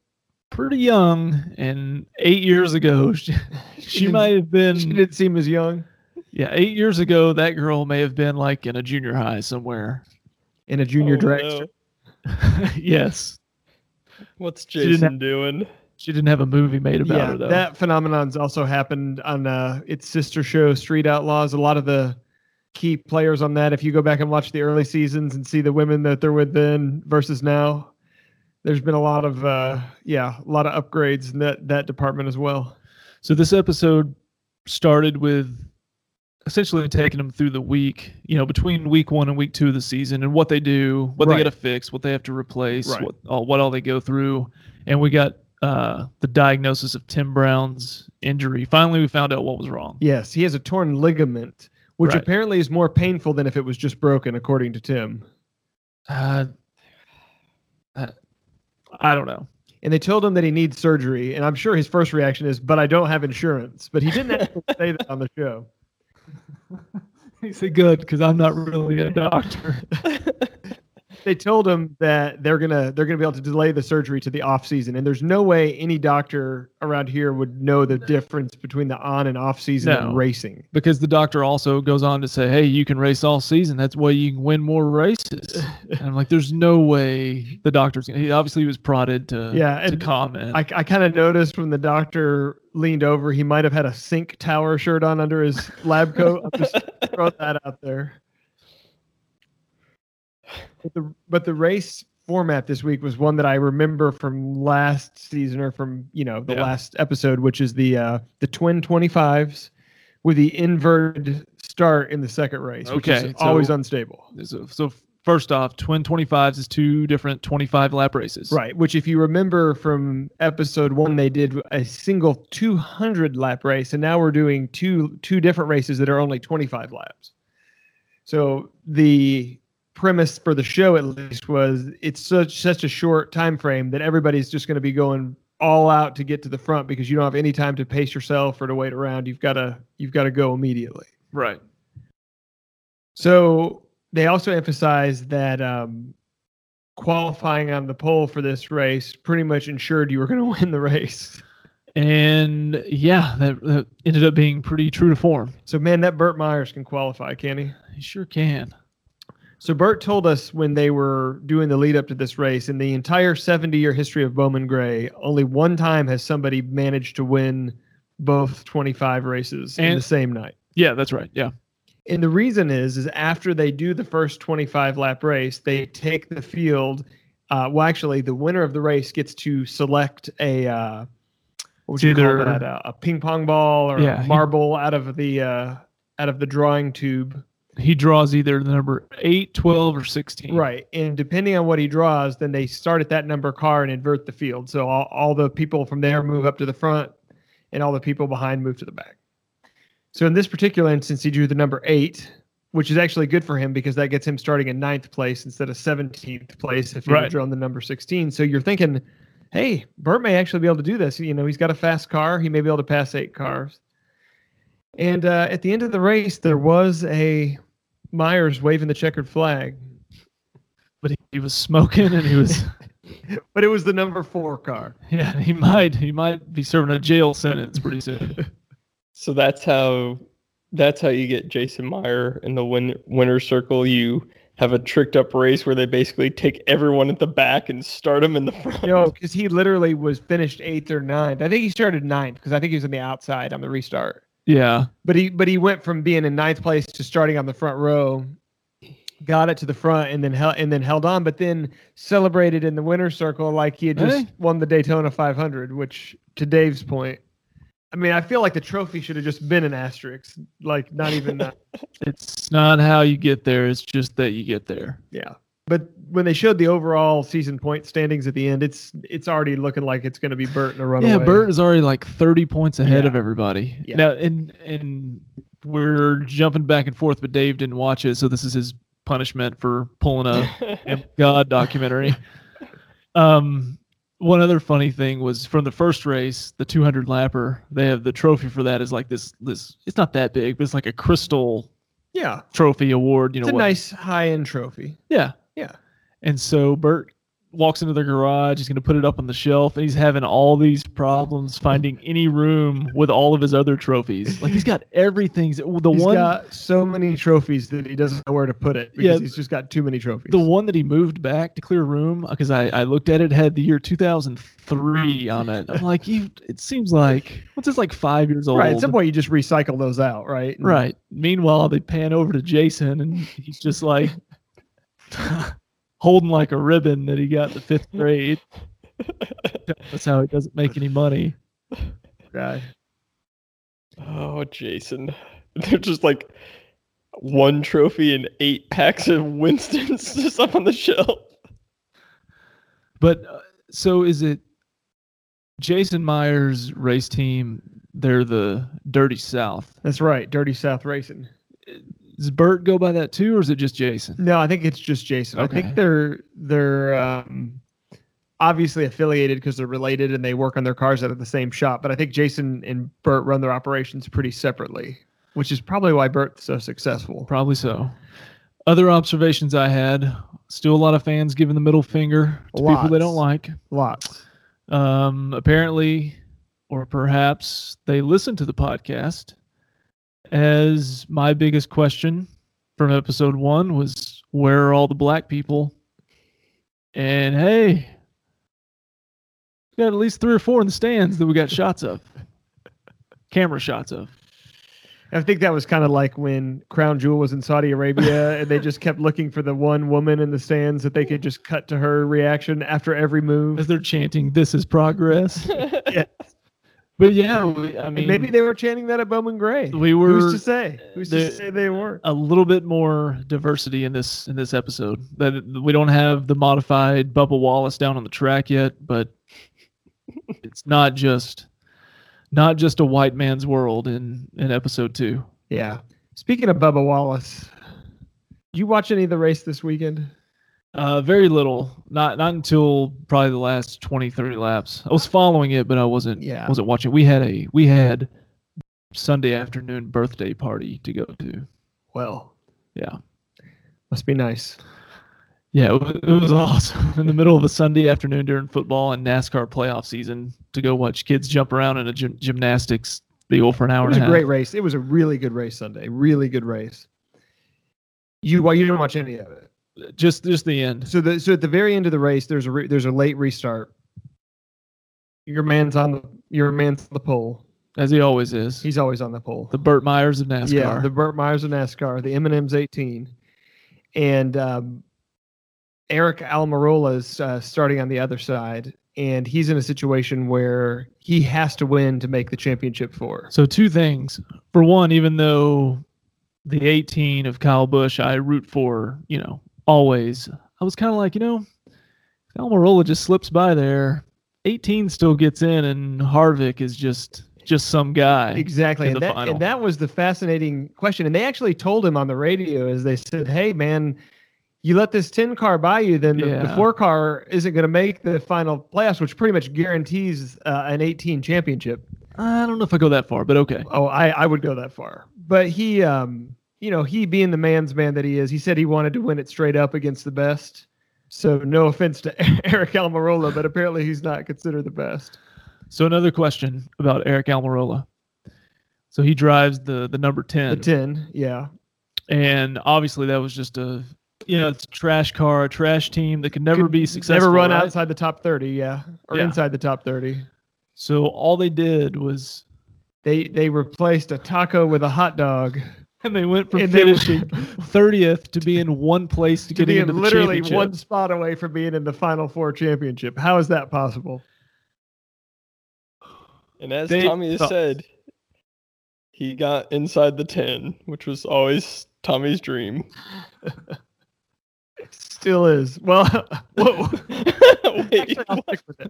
Speaker 7: pretty young, and eight years ago, she, she
Speaker 8: didn't-
Speaker 7: might have been.
Speaker 9: Hmm.
Speaker 8: She didn't seem as young
Speaker 7: Yeah, eight years ago, that girl may have been like in a junior high somewhere.
Speaker 8: in a junior
Speaker 9: Oh,
Speaker 8: dragster.
Speaker 9: no.
Speaker 7: yes.
Speaker 9: What's
Speaker 7: didn't
Speaker 9: Jason doing?
Speaker 7: She didn't have a movie made about
Speaker 8: Yeah,
Speaker 7: her, though.
Speaker 8: that phenomenon's also happened on uh, its sister show, Street Outlaws. A lot of the key players on that, if you go back and watch the early seasons and see the women that they're with then versus now, there's been a lot of uh, yeah, a lot of upgrades in that that department as well.
Speaker 7: So this episode started with essentially taking them through the week, you know, between week one and week two of the season, and what they do, what
Speaker 8: Right.
Speaker 7: they got to fix, what they have to replace,
Speaker 8: Right.
Speaker 7: what all, what all they go through, and we got uh, the diagnosis of Tim Brown's injury. Finally, we found out what was wrong.
Speaker 8: Yes, he has a torn ligament, which
Speaker 7: Right.
Speaker 8: apparently is more painful than if it was just broken, according to Tim.
Speaker 7: Uh, uh, I don't know.
Speaker 8: and they told him that he needs surgery. And I'm sure his first reaction is, "But I don't have insurance." But he didn't actually say that on the show.
Speaker 7: He said, "Good, because I'm not really a doctor."
Speaker 8: They told him that they're gonna they're gonna be able to delay the surgery to the off season, and there's no way any doctor around here would know the difference between the on and off season
Speaker 7: No.
Speaker 8: and racing.
Speaker 7: because the doctor also goes on to say, "Hey, you can race all season. That's why you can win more races." and I'm like, "There's no way the doctor's." Gonna, he obviously was prodded to
Speaker 8: Yeah,
Speaker 7: to
Speaker 8: and
Speaker 7: comment.
Speaker 8: I, I kind of noticed when the doctor leaned over, he might have had a sink tower shirt on under his lab coat. I'm just throwing that out there. But the but the race format this week was one that I remember from last season or from you know the
Speaker 7: Yeah.
Speaker 8: last episode, which is the uh, the twin twenty fives with the inverted start in the second race, which is
Speaker 7: Okay,
Speaker 8: always
Speaker 7: so-
Speaker 8: unstable.
Speaker 7: so, so first off, twin 25s is two different 25 lap races.
Speaker 8: Right, which if you remember from episode one, they did a single 200 lap race, and now we're doing two two different races that are only 25 laps. So the premise for the show, at least, was it's such such a short time frame that everybody's just going to be going all out to get to the front because you don't have any time to pace yourself or to wait around. You've got to you've got to go immediately.
Speaker 7: right.
Speaker 8: So they also emphasized that um, qualifying on the pole for this race pretty much ensured you were going to win the race.
Speaker 7: And yeah, that, that ended up being pretty true to form.
Speaker 8: So, man, that Burt Myers can qualify, can he?
Speaker 7: He sure can.
Speaker 8: So Bert told us when they were doing the lead up to this race, in the entire 70 year history of Bowman Gray, only one time has somebody managed to win both 25 races in
Speaker 7: And-
Speaker 8: the same night.
Speaker 7: Yeah, that's right. Yeah.
Speaker 8: And the reason is, is after they do the first 25 lap race, they take the field. Uh, well, actually, the winner of the race gets to select a uh, what would
Speaker 7: It's
Speaker 8: you
Speaker 7: either-
Speaker 8: call that? A, a ping pong ball or
Speaker 7: Yeah,
Speaker 8: a
Speaker 7: he-
Speaker 8: marble out of the uh, out of the drawing tube.
Speaker 7: He draws either the number 8, 12, or 16.
Speaker 8: Right. And depending on what he draws, then they start at that number car and invert the field. So all, all the people from there move up to the front and all the people behind move to the back. So in this particular instance, he drew the number eight, which is actually good for him because that gets him starting in ninth place instead of 17th place if he
Speaker 7: Right.
Speaker 8: had drawn the number 16. So you're thinking, hey, Bert may actually be able to do this. You know, he's got a fast car. He may be able to pass eight cars. And uh, at the end of the race, there was a Myers waving the checkered flag.
Speaker 7: But he, he was smoking and he was,
Speaker 8: but it was the number four car.
Speaker 7: yeah, he might, he might be serving a jail sentence pretty soon.
Speaker 9: So that's how that's how you get Jason Meyer in the win, winner circle. You have a tricked up race where they basically take everyone at the back and start them in the front.
Speaker 8: Yo, because he literally was finished eighth or ninth. I think he started ninth because I think he was on the outside on the restart.
Speaker 7: Yeah.
Speaker 8: But he but he went from being in ninth place to starting on the front row, got it to the front, and then held and then held on. But then celebrated in the winner's circle like he had just
Speaker 7: Really?
Speaker 8: won the Daytona 500. Which to Dave's point, I mean, I feel like the trophy should have just been an asterisk, like not even that.
Speaker 7: It's not how you get there, it's just that you get there.
Speaker 8: Yeah. But when they showed the overall season point standings at the end, it's it's already looking like it's going to be Burt in a runaway.
Speaker 7: Yeah, Bert is already like 30 points ahead
Speaker 8: Yeah.
Speaker 7: of everybody.
Speaker 8: Yeah.
Speaker 7: Now, and and we're jumping back and forth, but Dave didn't watch it, so this is his punishment for pulling a Am God documentary. Um, one other funny thing was from the first race, the 200 lapper. They have the trophy for that is like this this. It's not that big, but it's like a crystal
Speaker 8: Yeah,
Speaker 7: trophy award. You
Speaker 8: it's
Speaker 7: know,
Speaker 8: a
Speaker 7: what-
Speaker 8: nice high end trophy.
Speaker 7: yeah.
Speaker 8: Yeah.
Speaker 7: And so Bert walks into the garage. He's going to put it up on the shelf, and he's having all these problems finding any room with all of his other trophies. Like he's got everything. The
Speaker 8: He's
Speaker 7: one,
Speaker 8: got so many trophies that he doesn't know where to put it because
Speaker 7: Yeah.
Speaker 8: he's just got too many trophies.
Speaker 7: the one that he moved back to clear room because I, I looked at it had the year 2003 on it. I'm like, you. It seems like what's this like five years old?
Speaker 8: right, at some point you just recycle those out, right? And
Speaker 7: Right. Meanwhile, they pan over to Jason, and he's just like holding like a ribbon that he got in the fifth grade. That's how he doesn't make any money.
Speaker 8: guy.
Speaker 9: Oh, Jason. They're just like one trophy and eight packs of Winston's just up on the shelf.
Speaker 7: But uh, so is it Jason Myers' race team? They're the Dirty South.
Speaker 8: That's right, Dirty South Racing.
Speaker 7: Does Bert go by that too, or is it just Jason?
Speaker 8: No, I think it's just Jason. I
Speaker 7: Okay.
Speaker 8: think they're they're um, obviously affiliated because they're related and they work on their cars out of the same shop. But I think Jason and Bert run their operations pretty separately, which is probably why Bert's so successful.
Speaker 7: Probably so. Other observations I had: still a lot of fans giving the middle finger to people they don't
Speaker 8: Lots.
Speaker 7: like.
Speaker 8: Lots.
Speaker 7: Um, apparently, or perhaps they listen to the podcast. As my biggest question from episode one was, where are all the black people? And hey, we got at least three or four in the stands that we got shots of, camera shots of.
Speaker 8: I think that was kind of like when Crown Jewel was in Saudi Arabia and they just kept looking for the one woman in the stands that they could just cut to her reaction after every
Speaker 7: As
Speaker 8: move.
Speaker 7: they're chanting, "This is progress." But yeah, we, I mean,
Speaker 8: And maybe they were chanting that at Bowman Gray.
Speaker 7: we were
Speaker 8: Who's to say? Who's
Speaker 7: the-
Speaker 8: to say they weren't?
Speaker 7: a little bit more diversity in this in this episode. That we don't have the modified Bubba Wallace down on the track yet, but it's not just not just a white man's world in in episode two.
Speaker 8: Yeah. Speaking of Bubba Wallace, you watch any of the race this weekend?
Speaker 7: Uh, very little, not not until probably the last 20, 30 laps. I was following it, but I wasn't
Speaker 8: Yeah.
Speaker 7: wasn't watching. We had a we had Sunday afternoon birthday party to go to.
Speaker 8: Well,
Speaker 7: Yeah.
Speaker 8: must be nice.
Speaker 7: Yeah, it wa- it was awesome. In the middle of a Sunday afternoon during football and NASCAR playoff season to go watch kids jump around in a gym, gymnastics deal for an hour
Speaker 8: It was
Speaker 7: and
Speaker 8: a
Speaker 7: a
Speaker 8: great
Speaker 7: half.
Speaker 8: race. It was a really good race Sunday. Really good race. You well, you didn't watch any of it.
Speaker 7: Just just the end.
Speaker 8: So the so at the very end of the race, there's a re, there's a late restart. Your man's on the your man's on the pole.
Speaker 7: As he always is.
Speaker 8: He's always on the pole.
Speaker 7: the Burt Myers of NASCAR.
Speaker 8: Yeah, the Burt Myers of NASCAR, the Eminem's 18, and um, Eric Almirola is uh, starting on the other side, and he's in a situation where he has to win to make the championship four.
Speaker 7: So two things. For one, even though the 18 of Kyle Bush I root for, you know, always, I was kind of like, you know, if Almirola just slips by there. 18 still gets in, and Harvick is just just some guy.
Speaker 8: Exactly,
Speaker 7: in
Speaker 8: and
Speaker 7: the
Speaker 8: that,
Speaker 7: final.
Speaker 8: and that was the fascinating question. And they actually told him on the radio as they said, "Hey, man, you let this ten car by you, then the, the
Speaker 7: Yeah.
Speaker 8: four car isn't going to make the final playoffs, which pretty much guarantees uh, an eighteen championship."
Speaker 7: I don't know if I go that far, but okay.
Speaker 8: Oh, I, I would go that far. But he, um, you know, he being the man's man that he is, he said he wanted to win it straight up against the best. So no offense to Eric Almirola, but apparently he's not considered the best.
Speaker 7: So another question about Eric Almirola. So he drives the the number
Speaker 8: The
Speaker 7: 10,
Speaker 8: ten, yeah,
Speaker 7: and obviously that was just a you know it's a trash car, a trash team that could never
Speaker 8: Could
Speaker 7: be successful.
Speaker 8: Never run
Speaker 7: right?
Speaker 8: outside the top thirty, yeah, or
Speaker 7: Yeah.
Speaker 8: inside the top thirty.
Speaker 7: So all they did was,
Speaker 8: They they replaced a taco with a hot dog
Speaker 7: and they went from
Speaker 8: And they went-
Speaker 7: finishing thirtieth to being one place to,
Speaker 8: to
Speaker 7: getting
Speaker 8: be
Speaker 7: into the
Speaker 8: literally
Speaker 7: championship.
Speaker 8: one spot away from being in the final four championship. How is that possible?
Speaker 9: And as
Speaker 7: They
Speaker 9: Tommy has
Speaker 7: thought-
Speaker 9: said, he got inside the 10, which was always Tommy's dream.
Speaker 8: Still is. Well, whoa.
Speaker 9: Wait,
Speaker 8: Actually, I'll stick with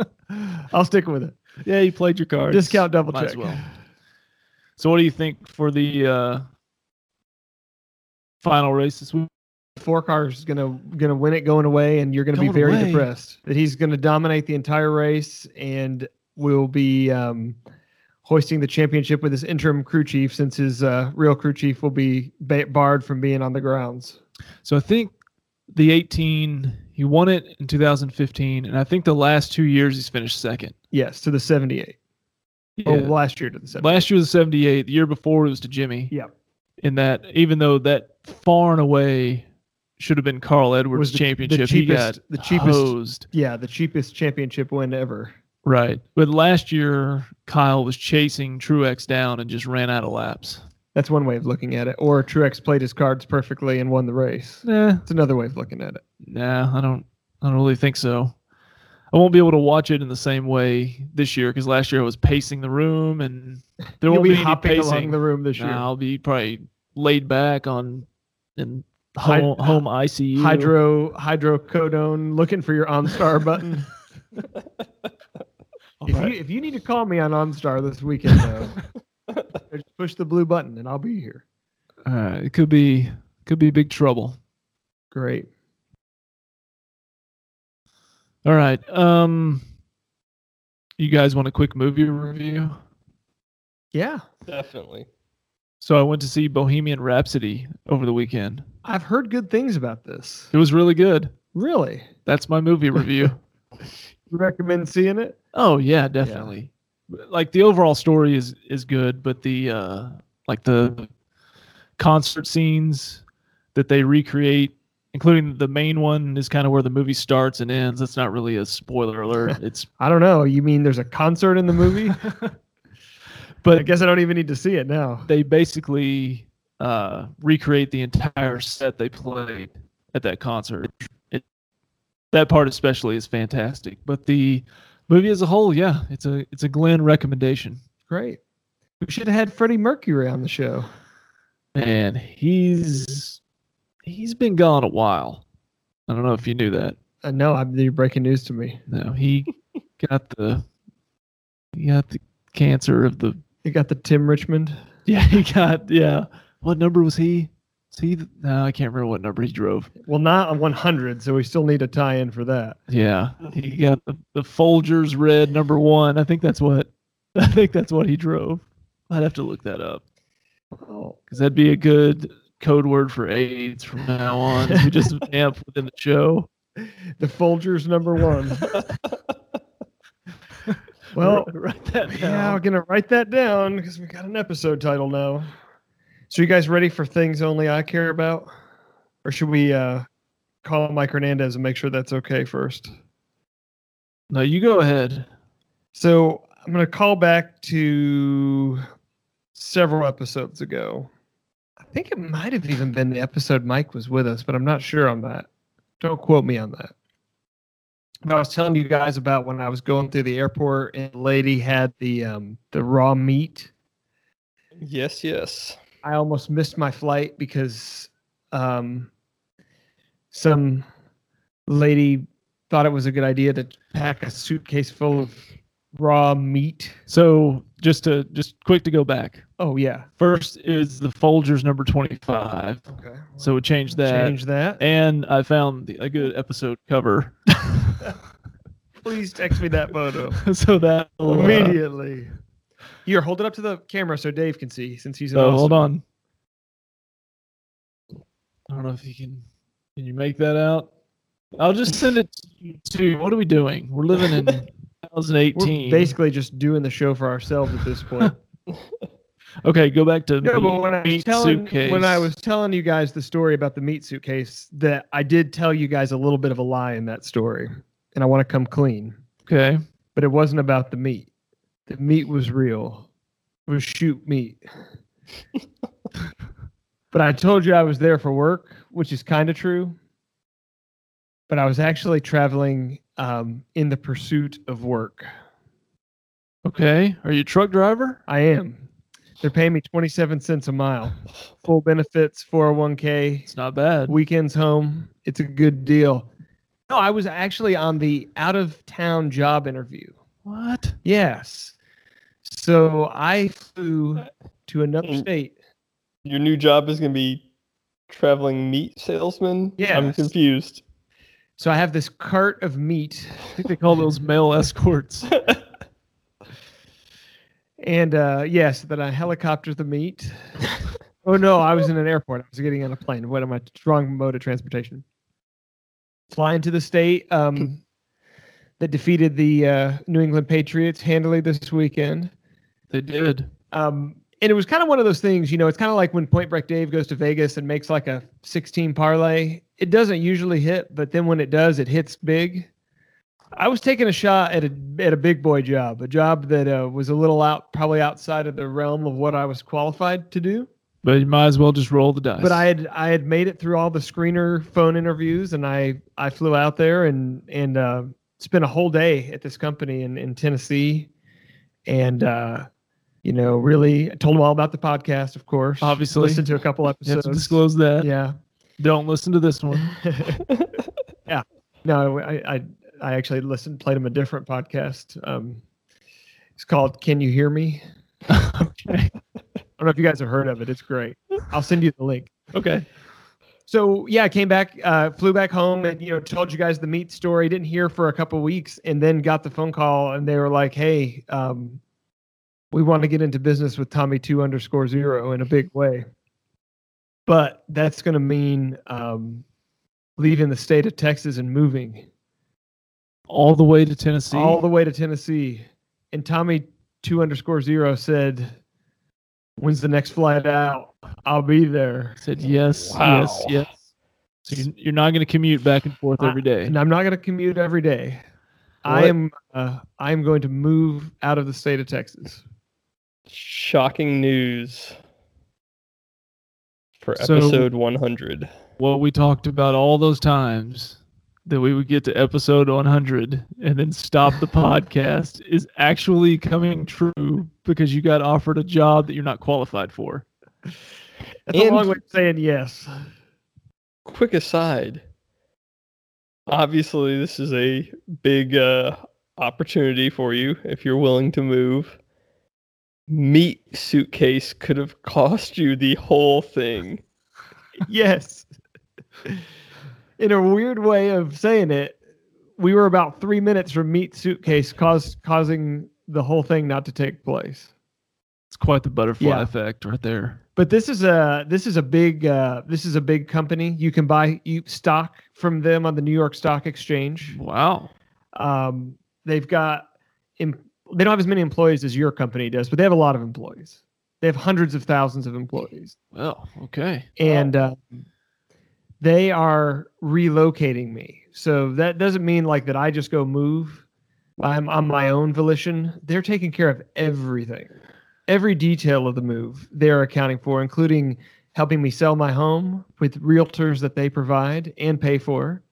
Speaker 8: it. I'll stick with it.
Speaker 7: Yeah, you played your cards.
Speaker 8: Discount double
Speaker 7: Might as
Speaker 8: check.
Speaker 7: well. So what do you think for the uh, final race this week?
Speaker 8: Four cars is gonna gonna win it going away, and you're gonna be
Speaker 7: Going
Speaker 8: very
Speaker 7: away?
Speaker 8: depressed that he's gonna dominate the entire race, and will be um, hoisting the championship with his interim crew chief, since his uh, real crew chief will be ba- barred from being on the grounds.
Speaker 7: So I think the 18, he won it in 2015, and I think the last two years he's finished second.
Speaker 8: Yes, to the 78. Oh,
Speaker 7: Yeah.
Speaker 8: last year to the 78.
Speaker 7: last year was 78. The year before it was to Jimmy.
Speaker 8: Yeah.
Speaker 7: In that, even though that far and away should have been Carl Edwards'
Speaker 8: Was the- the
Speaker 7: championship, he got
Speaker 8: cheapest- the cheapest-
Speaker 7: hosed.
Speaker 8: Yeah, the cheapest championship win ever.
Speaker 7: Right. But last year, Kyle was chasing Truex down and just ran out of laps.
Speaker 8: That's one way of looking at it. Or Truex played his cards perfectly and won the race.
Speaker 7: Nah,
Speaker 8: That's another way of looking at it.
Speaker 7: nah, I don't, I don't really think so. I won't be able to watch it in the same way this year because last year I was pacing the room and there
Speaker 8: You'll
Speaker 7: won't
Speaker 8: be,
Speaker 7: be,
Speaker 8: hopping
Speaker 7: any pacing.
Speaker 8: along the room this year.
Speaker 7: Nah, I'll be probably laid back on in
Speaker 8: Hyd-
Speaker 7: home, home ICU.
Speaker 8: Hydro hydrocodone, looking for your OnStar button.
Speaker 7: All
Speaker 8: if
Speaker 7: right.
Speaker 8: you if you need to call me on OnStar this weekend, though, just push the blue button and I'll be here.
Speaker 7: Uh, it could be could be big trouble.
Speaker 8: Great.
Speaker 7: All right. Um, you guys want a quick movie review?
Speaker 8: Yeah,
Speaker 9: definitely.
Speaker 7: So I went to see Bohemian Rhapsody over the weekend.
Speaker 8: I've heard good things about this.
Speaker 7: It was really good.
Speaker 8: Really,
Speaker 7: That's my movie review.
Speaker 8: you recommend seeing it?
Speaker 7: oh yeah, definitely. Like the overall story is is good, but the uh like the concert scenes that they recreate, including the main one, is kind of where the movie starts and ends. That's not really a spoiler alert. It's
Speaker 8: I don't know. You mean there's a concert in the movie? but I guess I don't even need to see it now.
Speaker 7: they basically uh, recreate the entire set they played at that concert. It, that part especially is fantastic. But the movie as a whole, yeah, it's a it's a Glenn recommendation.
Speaker 8: Great. We should have had Freddie Mercury on the show.
Speaker 7: And he's he's been gone a while. I don't know if you knew that.
Speaker 8: Uh, no, I'm, you're breaking news to me.
Speaker 7: No, he got the he got the cancer of the
Speaker 8: You got the Tim Richmond.
Speaker 7: yeah he got yeah. What number was he? Was he? the- No, I can't remember what number he drove.
Speaker 8: Well, not a 100, so we still need a tie-in for that.
Speaker 7: Yeah, he got the, the Folgers red number one. I think that's what I think that's what he drove. I'd have to look that up
Speaker 8: Oh,
Speaker 7: because that'd be a good code word for AIDS from now on. We just amp within the show.
Speaker 8: The Folgers number one. well,
Speaker 7: write that down.
Speaker 8: yeah, I'm gonna write that down because we got an episode title now. So you guys ready for things only I care about, or should we uh, call Mike Hernandez and make sure that's okay first?
Speaker 7: No, you go ahead.
Speaker 8: So I'm going to call back to several episodes ago. I think it might have even been the episode Mike was with us, but I'm not sure on that. Don't quote me on that. But I was telling you guys about when I was going through the airport and a lady had the um, the raw meat.
Speaker 9: Yes, yes.
Speaker 8: I almost missed my flight because um, some lady thought it was a good idea to pack a suitcase full of raw meat.
Speaker 7: So just to just quick to go back.
Speaker 8: Oh yeah.
Speaker 7: First is the Folgers number twenty five.
Speaker 8: Okay.
Speaker 7: So we changed that.
Speaker 8: change that.
Speaker 7: And I found the, a good episode cover.
Speaker 8: Please text me that photo
Speaker 7: so that
Speaker 8: Oh, immediately. Here, hold it up to the camera so Dave can see since he's an
Speaker 7: So
Speaker 8: awesome-
Speaker 7: hold on. I don't know if you can. Can you make that out? I'll just send it to you too. What are we doing? We're living in
Speaker 8: We're
Speaker 7: 2018.
Speaker 8: basically just doing the show for ourselves at this point.
Speaker 7: okay, go back to
Speaker 8: no, but
Speaker 7: meat-
Speaker 8: when I was
Speaker 7: meat
Speaker 8: telling
Speaker 7: suitcase.
Speaker 8: when I was telling you guys the story about the meat suitcase, that I did tell you guys a little bit of a lie in that story, and I want to come clean.
Speaker 7: okay.
Speaker 8: But it wasn't about the meat. The meat was real. It was shoot meat. but I told you I was there for work, which is kind of true. But I was actually traveling um, in the pursuit of work.
Speaker 7: Okay, are you a truck driver?
Speaker 8: I am. They're paying me 27 cents a mile, full benefits, 401k,
Speaker 7: It's not bad.
Speaker 8: weekends home. It's a good deal. No, I was actually on the out of town job interview.
Speaker 7: what?
Speaker 8: Yes. So I flew to another
Speaker 9: Mm.
Speaker 8: state.
Speaker 9: Your new job is going to be traveling meat salesman? I'm
Speaker 8: Yes.
Speaker 9: confused.
Speaker 8: So I have this cart of meat,
Speaker 7: I think they call those male escorts.
Speaker 8: and uh, yes, then I helicopter the meat. oh no, I was in an airport. I was getting on a plane. What am I? Wrong mode of transportation. Flying to the state
Speaker 9: Hmm.
Speaker 8: um, that defeated the uh, New England Patriots handily this weekend.
Speaker 7: they did.
Speaker 8: Um, and it was kind of one of those things, you know, it's kind of like when Point Break Dave goes to Vegas and makes like a 16 parlay. It doesn't usually hit, but then when it does, it hits big. I was taking a shot at a at a big boy job, a job that uh, was a little out, probably outside of the realm of what I was qualified to do.
Speaker 7: But you might as well just roll the dice.
Speaker 8: But I had I had made it through all the screener phone interviews, and I I flew out there and and uh, spent a whole day at this company in in Tennessee, and uh, you know really I told them all about the podcast, of course.
Speaker 7: Obviously.
Speaker 8: listened to a couple
Speaker 7: you have to
Speaker 8: episodes.
Speaker 7: disclose that.
Speaker 8: Yeah,
Speaker 7: Don't listen to this one.
Speaker 8: yeah. No, I I I actually listened, played them a different podcast. Um, it's called "Can You Hear Me."
Speaker 7: okay.
Speaker 8: I don't know if you guys have heard of it. It's great. I'll send you the link.
Speaker 7: Okay.
Speaker 8: So yeah, I came back, uh, flew back home, and you know told you guys the meat story. Didn't hear for a couple weeks, and then got the phone call, and they were like, "Hey, um, we want to get into business with Tommy Two underscore Zero in a big way, but that's going to mean um, leaving the state of Texas and moving
Speaker 7: All the way to Tennessee.
Speaker 8: all the way to Tennessee." And Tommy Two underscore Zero said, "When's the next flight out? I'll be there."
Speaker 7: said yes, yes,
Speaker 9: Wow.
Speaker 7: yes. So you- you're not going to commute back and forth
Speaker 8: I-
Speaker 7: every day.
Speaker 8: and I'm not going to commute every day. I
Speaker 7: What?
Speaker 8: am uh, I am going to move out of the state of Texas.
Speaker 9: Shocking news for
Speaker 7: So-
Speaker 9: episode 100.
Speaker 7: What we talked about all those times that we would get to episode 100 and then stop the podcast is actually coming true because you got offered a job that you're not qualified for.
Speaker 8: That's a
Speaker 9: And-
Speaker 8: long way of saying yes.
Speaker 9: Quick aside. Obviously, this is a big uh, opportunity for you if you're willing to move. Meat suitcase could have cost you the whole thing.
Speaker 8: yes. In a weird way of saying it, we were about three minutes from meat suitcase, cause, causing the whole thing not to take place.
Speaker 7: It's quite the butterfly
Speaker 8: Yeah.
Speaker 7: effect right there.
Speaker 8: But this is a this is a big uh, this is a big company. You can buy you, stock from them on the New York Stock Exchange.
Speaker 7: Wow.
Speaker 8: Um, they've got em- they don't have as many employees as your company does, but they have a lot of employees. They have hundreds of thousands of employees,
Speaker 7: Well, okay.
Speaker 8: and uh, they are relocating me. So that doesn't mean like that I just go move. I'm on my own volition. They're taking care of everything, every detail of the move. They're accounting for, including helping me sell my home with realtors that they provide and pay for.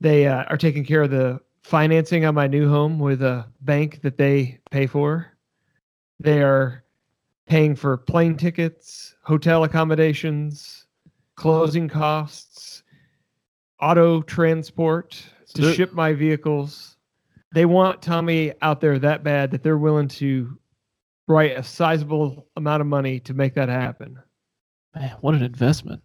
Speaker 8: They uh, are taking care of the financing on my new home with a bank that they pay for. They are paying for plane tickets, hotel accommodations, closing costs, auto transport to
Speaker 7: So-
Speaker 8: ship my vehicles. They want Tommy out there that bad that they're willing to write a sizable amount of money to make that happen.
Speaker 7: Man, what an investment.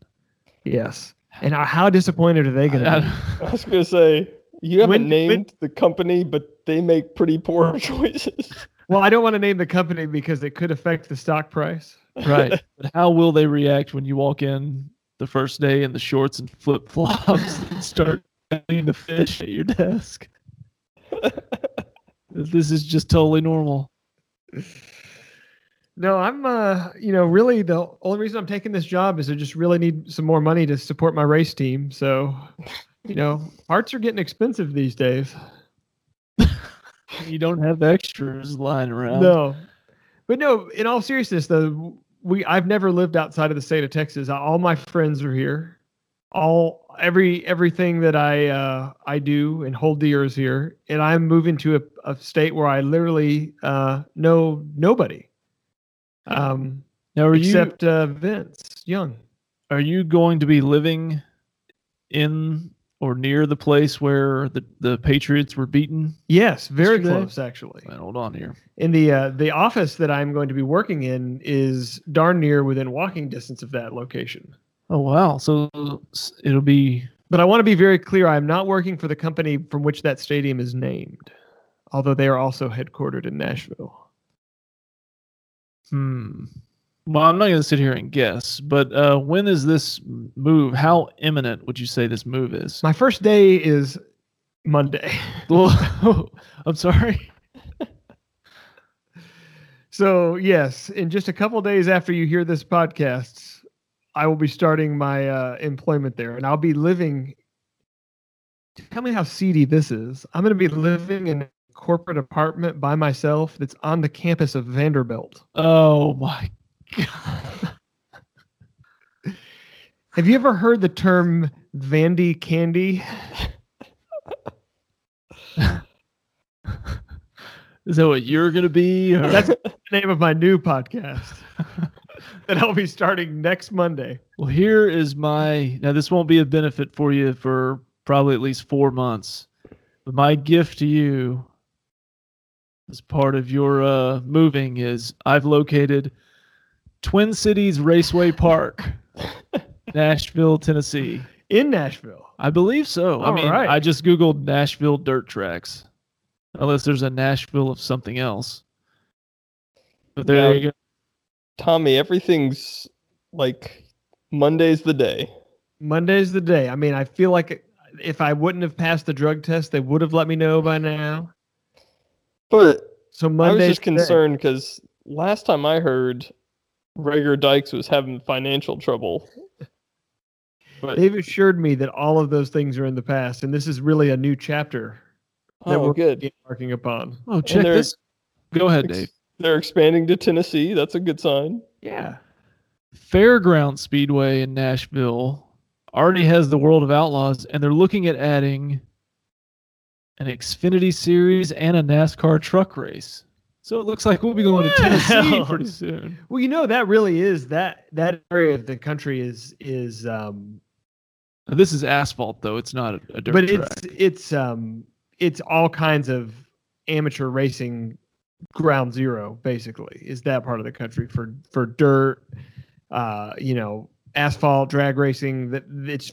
Speaker 8: Yes. And how- how disappointed are they going to be?
Speaker 9: I was gonna say you haven't
Speaker 8: When- when-
Speaker 9: named the company, but they make pretty poor choices.
Speaker 8: Well, I don't want to name the company because it could affect the stock price.
Speaker 7: right. But how will they react when you walk in the first day in the shorts and flip flops and start eating the fish at your desk? this is just totally normal.
Speaker 8: No, I'm uh, you know, really the only reason I'm taking this job is I just really need some more money to support my race team. So, you know, parts are getting expensive these days.
Speaker 7: You don't have extras lying around.
Speaker 8: No. But no, in all seriousness though, we I've never lived outside of the state of Texas. All my friends are here. All every everything that I uh I do and hold dear is here. And I'm moving to a, a state where I literally uh know nobody. Um
Speaker 7: Now, are
Speaker 8: except uh, Vince Young.
Speaker 7: you are you going to be living in or near the place where the, the Patriots were beaten?
Speaker 8: Yes, very
Speaker 7: Yesterday?
Speaker 8: close actually.
Speaker 7: Wait, hold on here.
Speaker 8: In the uh, the office that I'm going to be working in is darn near within walking distance of that location.
Speaker 7: Oh wow! So s- it'll be
Speaker 8: But I want to be very clear: I'm not working for the company from which that stadium is named, although they are also headquartered in Nashville.
Speaker 7: hmm. Well, I'm not going to sit here and guess, but uh, when is this move? How imminent would you say this move is?
Speaker 8: My first day is Monday.
Speaker 7: Well, I'm sorry.
Speaker 8: So, yes, in just a couple days after you hear this podcast, I will be starting my uh, employment there and I'll be living. Tell me how seedy this is. I'm going to be living in a corporate apartment by myself that's on the campus of Vanderbilt.
Speaker 7: Oh my god!
Speaker 8: Have you ever heard the term Vandy candy?
Speaker 7: Is that what you're going to be? or-
Speaker 8: That's the name of my new podcast that I'll be starting next Monday.
Speaker 7: Well, here is my now. This won't be a benefit for you for probably at least four months. But my gift to you, as part of your uh, moving, is I've located Twin Cities Raceway Park, Nashville, Tennessee.
Speaker 8: In Nashville.
Speaker 7: I believe so. I
Speaker 8: All
Speaker 7: mean,
Speaker 8: right.
Speaker 7: I just googled Nashville dirt tracks, unless there's a Nashville of something else. But there
Speaker 9: Yeah.
Speaker 7: you go.
Speaker 9: Tommy, everything's like Monday's the day.
Speaker 8: Monday's the day. I mean, I feel like if I wouldn't have passed the drug test, they would have let me know by now.
Speaker 9: But
Speaker 8: So
Speaker 9: I
Speaker 8: Monday's
Speaker 9: was just
Speaker 8: the day.
Speaker 9: concerned because last time I heard, Rager Dykes was having financial trouble. But
Speaker 8: They've assured me that all of those things are in the past, and this is really a new chapter that
Speaker 9: oh,
Speaker 8: we're
Speaker 9: good.
Speaker 8: embarking upon.
Speaker 7: Oh, check
Speaker 9: there-
Speaker 7: this. Go ahead,
Speaker 9: Ex-
Speaker 7: Dave.
Speaker 9: They're expanding to Tennessee. That's a good sign.
Speaker 8: Yeah.
Speaker 7: Fairground Speedway in Nashville already has the World of Outlaws, and they're looking at adding an Xfinity Series and a NASCAR truck race. So it looks like we'll be going to Tennessee
Speaker 8: Wow.
Speaker 7: pretty soon.
Speaker 8: Well, you know that really is that that area of the country is is um
Speaker 7: Now, this is asphalt, though it's not a, a dirt
Speaker 8: but
Speaker 7: track.
Speaker 8: it's it's um it's all kinds of amateur racing ground zero basically is that part of the country for for dirt uh you know asphalt drag racing that it's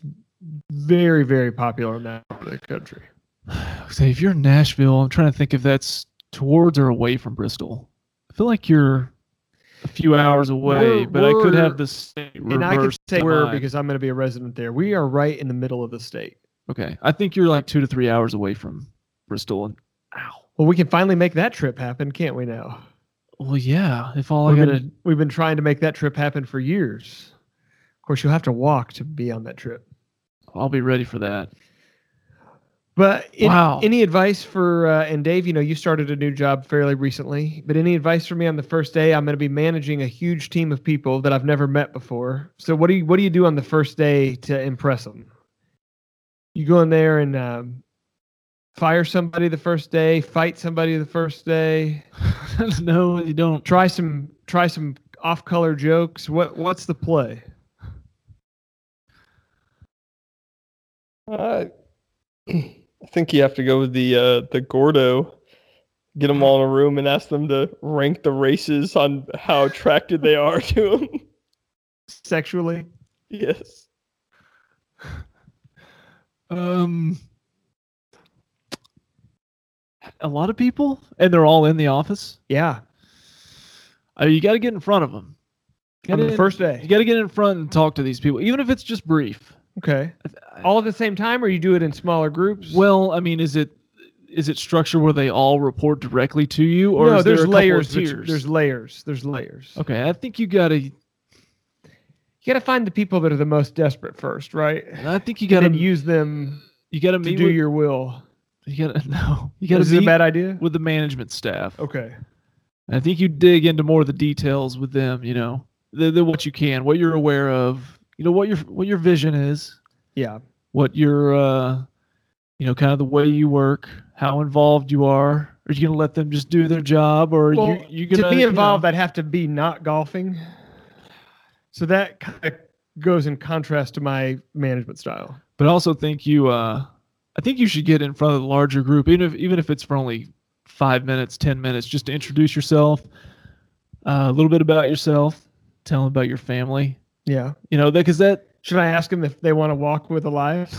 Speaker 8: very very popular in that part of the country
Speaker 7: So if you're in Nashville, I'm trying to think if that's towards or away from Bristol. I feel like you're a few hours away,
Speaker 8: We're-
Speaker 7: but I could
Speaker 8: we're-
Speaker 7: have the state
Speaker 8: and I can
Speaker 7: reverse
Speaker 8: say where
Speaker 7: time.
Speaker 8: because I'm going to be a resident there. We are right in the middle of the state.
Speaker 7: Okay, I think you're like two to three hours away from Bristol. And
Speaker 8: Well, we can finally make that trip happen, can't we now?
Speaker 7: well, yeah, if all I
Speaker 8: we've,
Speaker 7: gotta
Speaker 8: been, we've been trying to make that trip happen for years. Of course, you'll have to walk to be on that trip.
Speaker 7: I'll be ready for that.
Speaker 8: But any,
Speaker 7: Wow.
Speaker 8: any advice for uh, and Dave? You know, you started a new job fairly recently. But any advice for me on the first day? I'm going to be managing a huge team of people that I've never met before. So what do you what do you do on the first day to impress them? You go in there and um, fire somebody the first day, fight somebody the first day,
Speaker 7: no, you don't.
Speaker 8: try some try some off color jokes. What what's the play?
Speaker 9: Uh, I think you have to go with the uh, the Gordo. Get them all in a room and ask them to rank the races on how attracted they are to them.
Speaker 8: Sexually?
Speaker 9: yes.
Speaker 7: Um, a lot of people, and they're all in the office.
Speaker 8: Yeah.
Speaker 7: Uh, you got to get in front of them.
Speaker 8: On the first day.
Speaker 7: you got to get in front and talk to these people, even if it's just brief.
Speaker 8: Okay.
Speaker 7: I-
Speaker 8: All at the same time, or you do it in smaller groups?
Speaker 7: Well, I mean, is it is it structured where they all report directly to you, or is there a couple of
Speaker 8: layers. bet-
Speaker 7: tiers?
Speaker 8: There's layers. There's layers.
Speaker 7: okay. I think you got to.
Speaker 8: You got to find the people that are the most desperate first, right? And
Speaker 7: I think you got
Speaker 8: then
Speaker 7: to. You,
Speaker 8: use them
Speaker 7: got to
Speaker 8: to
Speaker 7: meet
Speaker 8: do
Speaker 7: with,
Speaker 8: your will.
Speaker 7: You got to no. You got
Speaker 8: Is
Speaker 7: to
Speaker 8: it a
Speaker 7: meet
Speaker 8: bad Oh. idea?
Speaker 7: with the management staff.
Speaker 8: Okay.
Speaker 7: And I think you dig into more of the details with them. You know, the, the what you can, what you're aware of. You know what your what your vision is.
Speaker 8: Yeah.
Speaker 7: what your uh you know kind of the way you work how involved you are are you gonna let them just do their job or
Speaker 8: Well,
Speaker 7: you you
Speaker 8: to
Speaker 7: gonna
Speaker 8: be
Speaker 7: you know-
Speaker 8: involved, I'd have to be not golfing. So that kind of goes in contrast to my management style.
Speaker 7: but I also think you uh i think you should get in front of the larger group even if even if it's for only five minutes ten minutes just to introduce yourself uh, a little bit about yourself tell them about your family
Speaker 8: Yeah.
Speaker 7: you know that because that
Speaker 8: Should I ask them if they want to walk with Elias?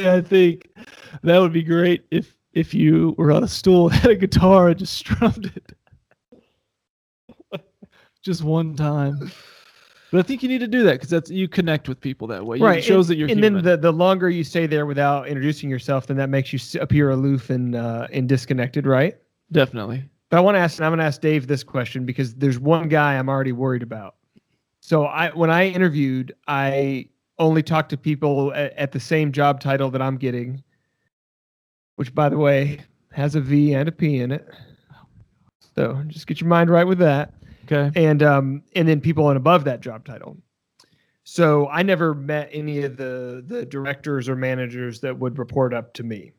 Speaker 7: I think that would be great if if you were on a stool and had a guitar and just strummed it. just one time. But I think you need to do that because that's you connect with people that way. You- It shows
Speaker 8: and,
Speaker 7: that you're
Speaker 8: and
Speaker 7: human.
Speaker 8: then the, the longer you stay there without introducing yourself, then that makes you s- appear aloof and uh, and disconnected, right?
Speaker 7: Definitely.
Speaker 8: But I want to ask, and I'm going to ask Dave this question because there's one guy I'm already worried about. So I, when I interviewed, I only talked to people at, at the same job title that I'm getting, which, by the way, has a V and a P in it. So just get your mind right with that
Speaker 7: Okay.
Speaker 8: and um and then people on above that job title so i never met any of the the directors or managers that would report up to me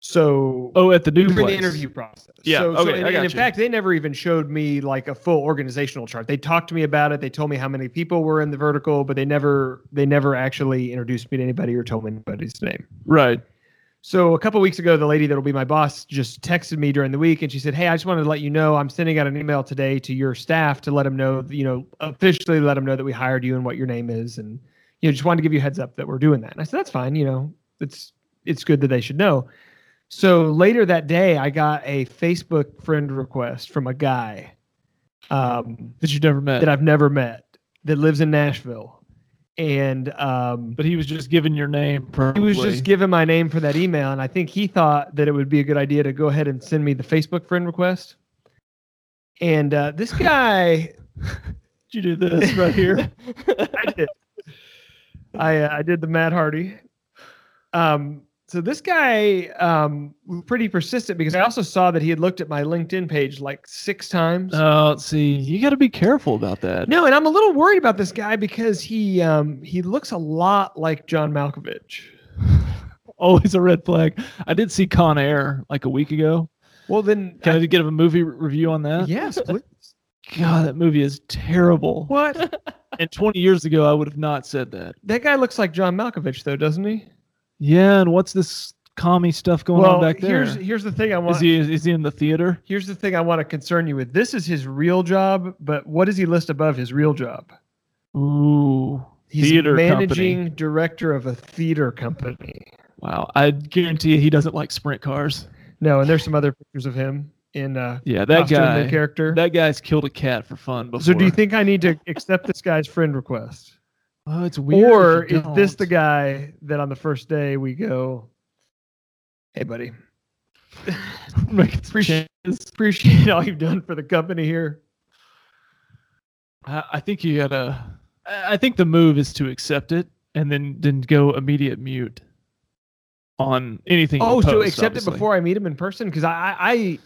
Speaker 8: so
Speaker 7: Oh, at the new
Speaker 8: during the
Speaker 7: place.
Speaker 8: interview process
Speaker 7: Yeah,
Speaker 8: so, so
Speaker 7: okay,
Speaker 8: and,
Speaker 7: I
Speaker 8: and
Speaker 7: got
Speaker 8: in
Speaker 7: you.
Speaker 8: fact they never even showed me like a full organizational chart they talked to me about it they told me how many people were in the vertical but they never they never actually introduced me to anybody or told me anybody's name
Speaker 7: Right.
Speaker 8: so a couple weeks ago, the lady that'll be my boss just texted me during the week, and she said, "Hey, I just wanted to let you know I'm sending out an email today to your staff to let them know, you know, officially let them know that we hired you and what your name is, and you know, just wanted to give you a heads up that we're doing that." And I said, "That's fine, you know, it's it's good that they should know." So later that day, I got a Facebook friend request from a guy um,
Speaker 7: That you never met.
Speaker 8: that I've never met that lives in Nashville, and um,
Speaker 7: but he was just giving your name.
Speaker 8: he
Speaker 7: Probably.
Speaker 8: was just giving my name for that email, and I think he thought that it would be a good idea to go ahead and send me the Facebook friend request. And uh, this guy,
Speaker 7: you do this right here.
Speaker 8: I did, I, uh, I did the Matt Hardy. Um, so this guy um, was pretty persistent because I also saw that he had looked at my LinkedIn page like six times.
Speaker 7: Oh, let's see, you got to be careful about that.
Speaker 8: no, and I'm a little worried about this guy because he um, he looks a lot like John Malkovich.
Speaker 7: Always a red flag. I did see Con Air like a week ago.
Speaker 8: Well, then,
Speaker 7: Can I give a movie review on that?
Speaker 8: yes, please.
Speaker 7: God, that movie is terrible.
Speaker 8: What?
Speaker 7: And 20 years ago, I would have not said that.
Speaker 8: That guy looks like John Malkovich, though, doesn't he?
Speaker 7: Yeah, and what's this commie stuff going on back there?
Speaker 8: here's
Speaker 7: Is
Speaker 8: here's the thing I want.
Speaker 7: he is he in the theater?
Speaker 8: here's the thing I want to concern you with. This is his real job, but what does he list above his real job?
Speaker 7: Ooh,
Speaker 8: He's
Speaker 7: theater
Speaker 8: managing
Speaker 7: company.
Speaker 8: director of a theater company.
Speaker 7: Wow, I guarantee you he doesn't like sprint cars.
Speaker 8: No, and there's some other pictures of him. in uh,
Speaker 7: Yeah, that
Speaker 8: costume and
Speaker 7: guy.
Speaker 8: character.
Speaker 7: That guy's killed a cat for fun before.
Speaker 8: so do you think I need to accept this guy's friend request,
Speaker 7: Oh, it's weird. if
Speaker 8: or
Speaker 7: you
Speaker 8: is this the
Speaker 7: don't.
Speaker 8: guy that on the first day we go, "Hey, buddy,
Speaker 7: Making some
Speaker 8: Appreciate-
Speaker 7: changes.
Speaker 8: appreciate all you've done for the company here."
Speaker 7: I, I think you gotta. I I think the move is to accept it and then then go immediate mute on anything. you
Speaker 8: Oh, so
Speaker 7: post,
Speaker 8: accept
Speaker 7: obviously.
Speaker 8: it before I meet him in person because I, I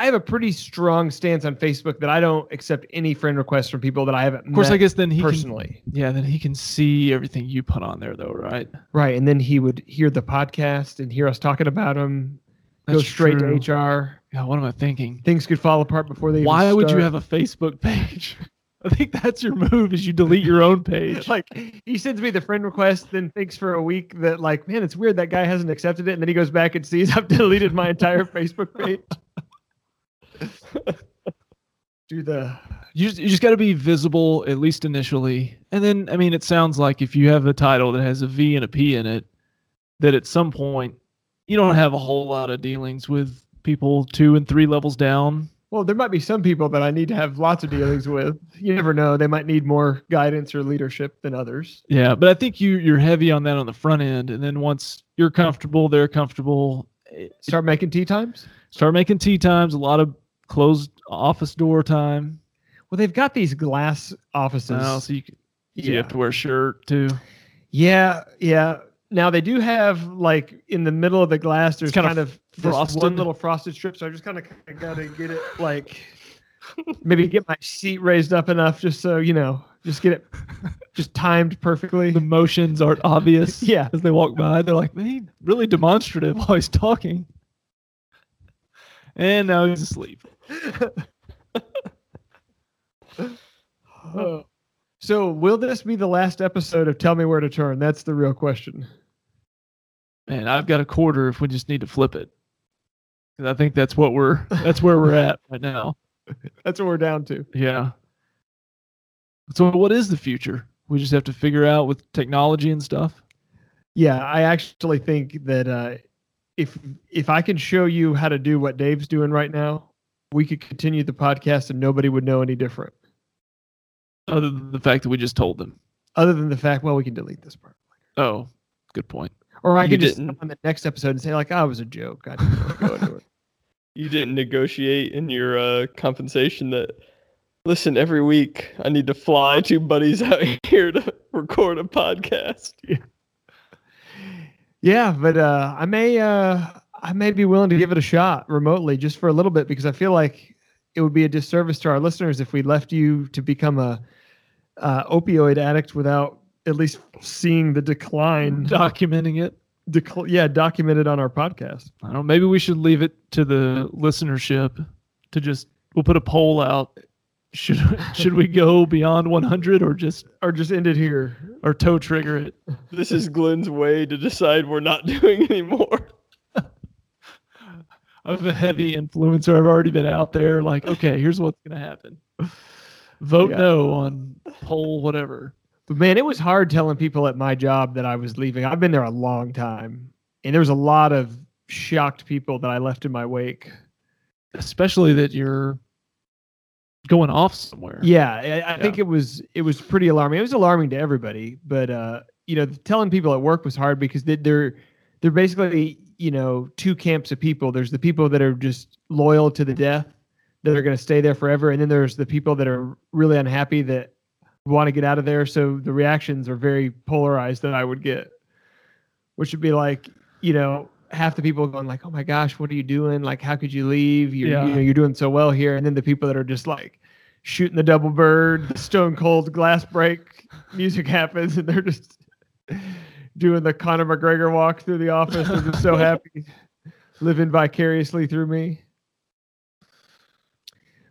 Speaker 8: I have a pretty strong stance on Facebook that I don't accept any friend requests from people that I haven't.
Speaker 7: Of course, I guess then he can,
Speaker 8: personally,
Speaker 7: yeah, then he can see everything you put on there though, right?
Speaker 8: right? And then he would hear the podcast and hear us talking about him. go
Speaker 7: That's
Speaker 8: straight
Speaker 7: true.
Speaker 8: to HR.
Speaker 7: Yeah, what am I thinking?
Speaker 8: Things could fall apart before they.
Speaker 7: Why
Speaker 8: even
Speaker 7: would you
Speaker 8: start.
Speaker 7: have a Facebook page? I think that's your move is you delete your own page.
Speaker 8: like he sends me the friend request, then thinks for a week that like, man, it's weird that guy hasn't accepted it, and then he goes back and sees I've deleted my entire Facebook page. Do the
Speaker 7: You just, you just got to be visible at least initially, and then I mean, it sounds like if you have a title that has a V and a P in it, that at some point you don't have a whole lot of dealings with people two and three levels down.
Speaker 8: well, there might be some people that I need to have lots of dealings with. You never know; they might need more guidance or leadership than others.
Speaker 7: Yeah, but I think you you're heavy on that on the front end, and then once you're comfortable, they're comfortable. it-
Speaker 8: Start making tea times.
Speaker 7: Start making tea times. A lot of closed office door time.
Speaker 8: Well, they've got these glass offices.
Speaker 7: Oh, so you, can, so you
Speaker 8: Yeah.
Speaker 7: have to wear a shirt too.
Speaker 8: Yeah, yeah. Now they do have like in the middle of the glass. There's
Speaker 7: kinda
Speaker 8: kind of this one
Speaker 7: frosted.
Speaker 8: little frosted strip, so I just kind of gotta get it like maybe get my seat raised up enough just so you know, just get it just timed perfectly.
Speaker 7: The motions aren't obvious.
Speaker 8: Yeah.
Speaker 7: as they walk by, they're like, "Man, he's really demonstrative while he's talking." And now he's asleep.
Speaker 8: Oh. So will this be the last episode of Tell Me Where to Turn? That's the real question.
Speaker 7: Man, I've got a quarter if we just need to flip it. 'Cause I think that's what we're that's where we're at right now.
Speaker 8: That's what we're down to.
Speaker 7: Yeah. So what is the future? We just have to figure out with technology and stuff.
Speaker 8: Yeah, I actually think that uh, if if I can show you how to do what Dave's doing right now, we could continue the podcast and nobody would know any different.
Speaker 7: Other than the fact that we just told them.
Speaker 8: Other than the fact, well, we can delete this part,
Speaker 7: Oh, good point.
Speaker 8: or I
Speaker 9: You
Speaker 8: could just
Speaker 9: didn't.
Speaker 8: come on the next episode and say like, "I was a joke." I didn't really go into it.
Speaker 9: You didn't negotiate in your uh, compensation that. Listen, every week I need to fly two buddies out here to record a podcast.
Speaker 8: Yeah, but uh, I may uh, I may be willing to give it a shot remotely just for a little bit because I feel like it would be a disservice to our listeners if we left you to become a uh, opioid addict without at least seeing the decline.
Speaker 7: Documenting it.
Speaker 8: decl- yeah documented on our podcast
Speaker 7: I don't know. Maybe we should leave it to the listenership to just we'll put a poll out. Should should we go beyond 100 or just
Speaker 8: or just ended here
Speaker 7: or toe trigger it?
Speaker 9: This is Glenn's way to decide we're not doing anymore.
Speaker 7: I'm a heavy influencer. I've already been out there. Like, okay, here's what's gonna happen. Vote
Speaker 8: Yeah.
Speaker 7: no on poll whatever.
Speaker 8: but man it was hard telling people at my job that i was leaving i've been there a long time and there was a lot of shocked people that i left in my wake
Speaker 7: Especially that you're going off somewhere.
Speaker 8: yeah i, I think it was it was pretty alarming it was alarming to everybody but uh you know telling people at work was hard because they, they're they're basically you know two camps of people there's the people that are just loyal to the death that are going to stay there forever and then there's the people that are really unhappy that want to get out of there so the reactions are very polarized that i would get which would be like you know half the people going like oh my gosh what are you doing like how could you leave you're,
Speaker 7: Yeah.
Speaker 8: you know, you're doing so well here and then the people that are just like shooting the double bird the stone cold glass break music happens and they're just doing the Conor McGregor walk through the office. They're just so happy living vicariously through me.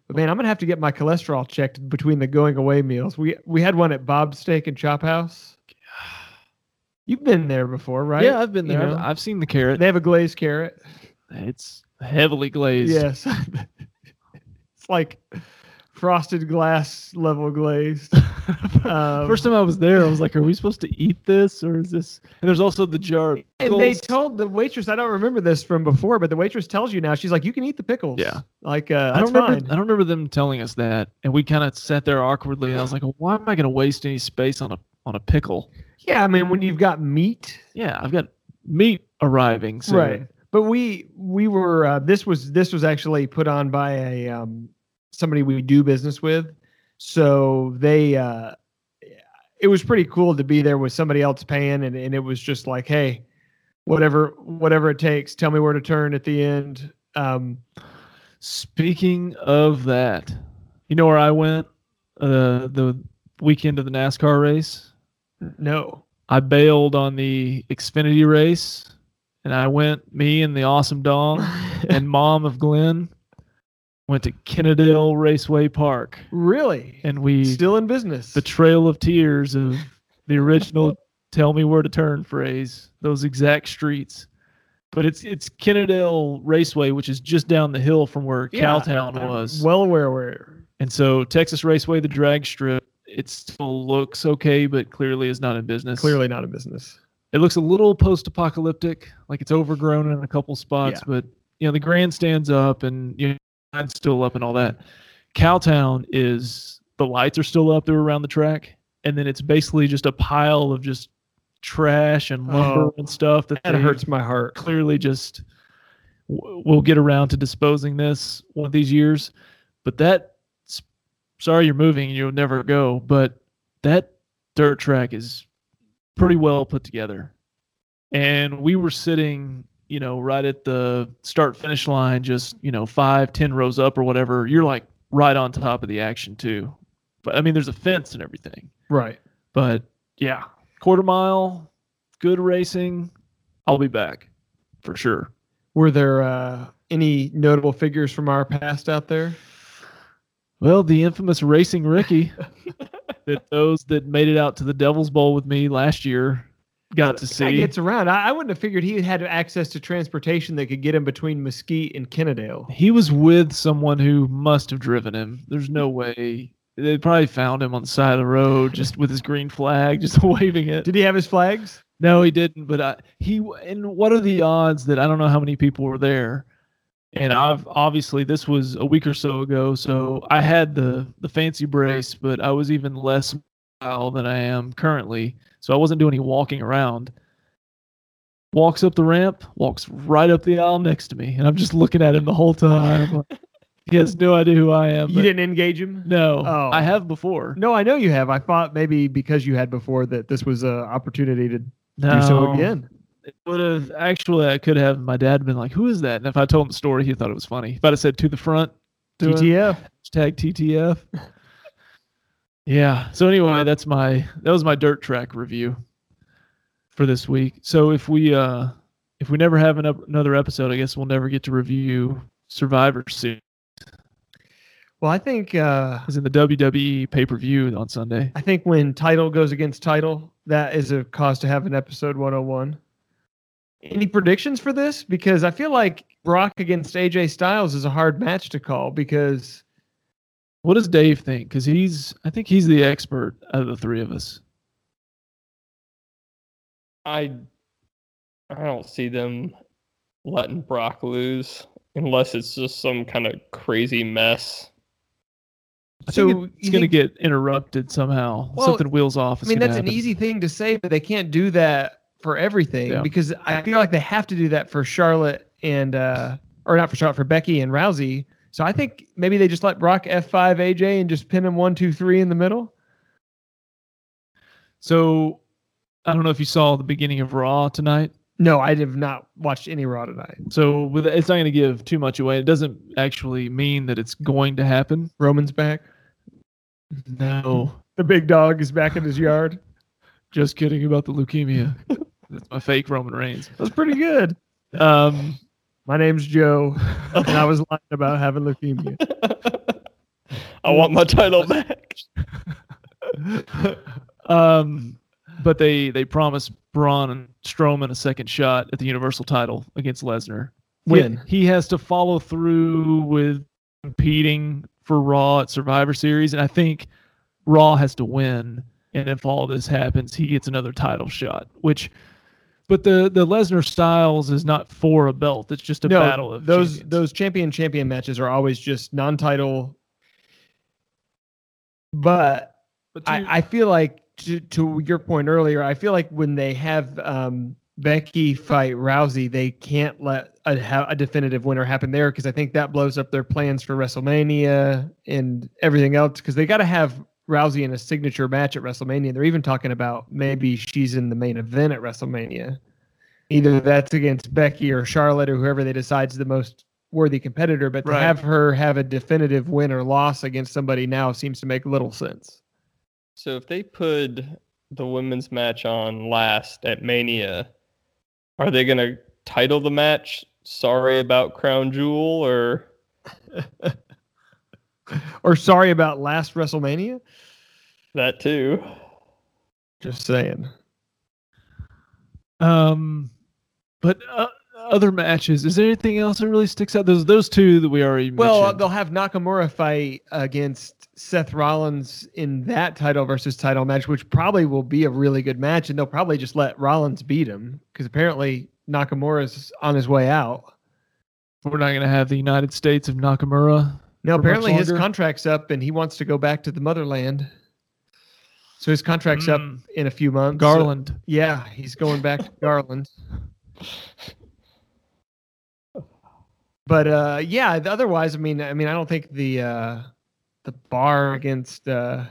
Speaker 8: But man, I'm gonna have to get my cholesterol checked between the going away meals. We we had one at Bob's Steak and Chop House. You've been there before, right?
Speaker 7: Yeah, I've been
Speaker 8: You
Speaker 7: there.
Speaker 8: know?
Speaker 7: I've, I've seen the carrot.
Speaker 8: they have a glazed carrot.
Speaker 7: It's heavily glazed.
Speaker 8: Yes. it's like frosted glass level glazed. Um,
Speaker 7: First time I was there, I was like, "Are we supposed to eat this, or is this?" And there's also the jar. of
Speaker 8: and they
Speaker 7: pickles.
Speaker 8: told the waitress, I don't remember this from before, but the waitress tells you now, she's like, you can eat the pickles.
Speaker 7: Yeah.
Speaker 8: Like, uh,
Speaker 7: I
Speaker 8: that's
Speaker 7: don't remember.
Speaker 8: fine.
Speaker 7: I don't remember them telling us that, and we kind of sat there awkwardly. And I was like, "Why am I going to waste any space on a on a pickle?"
Speaker 8: Yeah. I mean, when you've got meat,
Speaker 7: Yeah, I've got meat arriving soon.
Speaker 8: right. But we, we were, uh, this was, this was actually put on by a, um, somebody we do business with. So they, uh, it was pretty cool to be there with somebody else paying. And, and it was just like, Hey, whatever, whatever it takes, tell me where to turn at the end. Um,
Speaker 7: Speaking of that, you know where I went uh, the weekend of the NASCAR race?
Speaker 8: no,
Speaker 7: I bailed on the Xfinity race, and I went, me and the awesome dog and mom of Glenn went to Kennedale Raceway Park,
Speaker 8: really?
Speaker 7: and we
Speaker 8: still in business.
Speaker 7: the trail of tears of the original "Tell me where to turn" phrase, those exact streets. But it's it's Kennedale Raceway, which is just down the hill from where Cowtown
Speaker 8: I'm
Speaker 7: was.
Speaker 8: well aware where
Speaker 7: And so Texas Raceway, the drag strip, it still looks okay, but clearly is not in business.
Speaker 8: clearly not a business.
Speaker 7: It looks a little post apocalyptic, like it's overgrown in a couple spots,
Speaker 8: Yeah.
Speaker 7: but you know, the grandstand's up and you know, line's still up and all that. Cowtown is the lights are still up, they're around the track, and then it's basically just a pile of just trash and lumber
Speaker 8: Oh,
Speaker 7: and stuff that,
Speaker 8: That
Speaker 7: they
Speaker 8: hurts my heart.
Speaker 7: clearly just w- we'll get around to disposing this one of these years but that s- sorry you're moving and you'll never go but that dirt track is pretty well put together and we were sitting you know right at the start finish line just you know five ten rows up or whatever you're like right on top of the action too but i mean there's a fence and everything
Speaker 8: Right.
Speaker 7: but yeah, quarter mile, good racing. I'll be back for sure.
Speaker 8: Were there uh, any notable figures from our past out there?
Speaker 7: Well, the infamous Racing Ricky, that those that made it out to the Devil's Bowl with me last year got to
Speaker 8: That
Speaker 7: see.
Speaker 8: gets around. I, I wouldn't have figured he had access to transportation that could get him between Mesquite and Kennedale.
Speaker 7: He was with someone who must have driven him. There's no way. They probably found him on the side of the road just with his green flag, just waving it.
Speaker 8: Did he have his flags?
Speaker 7: No, he didn't. But I, he and what are the odds that I don't know how many people were there? And I've obviously this was a week or so ago, so I had the the fancy brace, but I was even less mobile than I am currently, so I wasn't doing any walking around. Walks up the ramp, walks right up the aisle next to me, and I'm just looking at him the whole time. like, he has no idea who I am.
Speaker 8: You
Speaker 7: Uh, but
Speaker 8: didn't engage him?
Speaker 7: no,
Speaker 8: Oh.
Speaker 7: I have before.
Speaker 8: No, I know you have. I thought maybe because you had before that this was an opportunity to do so
Speaker 7: No.
Speaker 8: again.
Speaker 7: It would have actually. I could have. My dad been like, "Who is that?" And if I told him the story, he thought it was funny. If I'd have said to the front, to him,
Speaker 8: TTF.
Speaker 7: hashtag TTF. yeah. So anyway, that's my that was my dirt track review for this week. So if we uh if we never have an, up- another episode, I guess we'll never get to review Survivor Series
Speaker 8: Well, I think uh,
Speaker 7: in the WWE pay per view on Sunday.
Speaker 8: I think when title goes against title, that is a cause to have an episode 101. Any predictions for this? Because I feel like Brock against AJ Styles is a hard match to call because
Speaker 7: What does Dave think? Because he's I think he's the expert out of the three of us.
Speaker 9: I I don't see them letting Brock lose unless it's just some kind of crazy mess.
Speaker 7: I
Speaker 8: so
Speaker 7: think it's
Speaker 8: you
Speaker 7: going to
Speaker 8: think-
Speaker 7: get interrupted somehow.
Speaker 8: Well,
Speaker 7: Something wheels off.
Speaker 8: I
Speaker 7: It's
Speaker 8: mean
Speaker 7: gonna
Speaker 8: that's an
Speaker 7: happen.
Speaker 8: easy thing to say, but they can't do that for everything
Speaker 7: Yeah.
Speaker 8: because I feel like they have to do that for Charlotte and uh or not for Charlotte for Becky and Rousey. So I think maybe they just let Brock F5 AJ and just pin him one two three in the middle.
Speaker 7: So I don't know if you saw the beginning of Raw tonight.
Speaker 8: No, I have not watched any Raw tonight.
Speaker 7: So with, it's not going to give too much away. It doesn't actually mean that it's going to happen.
Speaker 8: Roman's back.
Speaker 7: No,
Speaker 8: The big dog is back in his yard.
Speaker 7: just kidding about the leukemia. That's my fake Roman Reigns.
Speaker 8: That's pretty good.
Speaker 7: Um,
Speaker 8: My name's Joe, and I was lying about having leukemia.
Speaker 9: I want my title back.
Speaker 7: um, but they they promised Braun and Strowman a second shot at the Universal title against Lesnar.
Speaker 8: When?
Speaker 7: He, he has to follow through with competing for Raw at Survivor Series, and I think Raw has to win. And if all this happens, he gets another title shot. Which, but the the Lesnar Styles is not for a belt. It's just a
Speaker 8: no,
Speaker 7: battle of
Speaker 8: those
Speaker 7: champions.
Speaker 8: those champion champion matches are always just non-title. But
Speaker 7: But you-
Speaker 8: I, I feel like to, to your point earlier, I feel like when they have um, Becky fight Rousey, they can't let a, ha- a definitive winner happen there because I think that blows up their plans for WrestleMania and everything else because they got to have Rousey in a signature match at WrestleMania. They're even talking about maybe she's in the main event at WrestleMania. Either that's against Becky or Charlotte or whoever they decide's the most worthy competitor, but
Speaker 7: Right.
Speaker 8: to have her have a definitive win or loss against somebody now seems to make little sense.
Speaker 9: So if they put the women's match on last at Mania, are they gonna title the match "Sorry About Crown Jewel" or
Speaker 8: or sorry about last WrestleMania.
Speaker 9: that too?
Speaker 8: Just saying.
Speaker 7: Um, but uh, other matches, is there anything else that really sticks out? Those those two that we already
Speaker 8: Well, uh,
Speaker 7: mentioned.
Speaker 8: they'll have Nakamura fight against Seth Rollins in that title versus title match, which probably will be a really good match, and they'll probably just let Rollins beat him because apparently Nakamura's on his way out.
Speaker 7: we're not going to have the United States of Nakamura. For
Speaker 8: No,
Speaker 7: much
Speaker 8: apparently his
Speaker 7: longer?
Speaker 8: contract's up and he wants to go back to the motherland. So his contract's up
Speaker 7: Mm.
Speaker 8: in a few months. So-
Speaker 7: Garland.
Speaker 8: yeah, he's going back to Garland. But uh, yeah, th- otherwise, I mean, I mean, I don't think the uh, the bar against uh,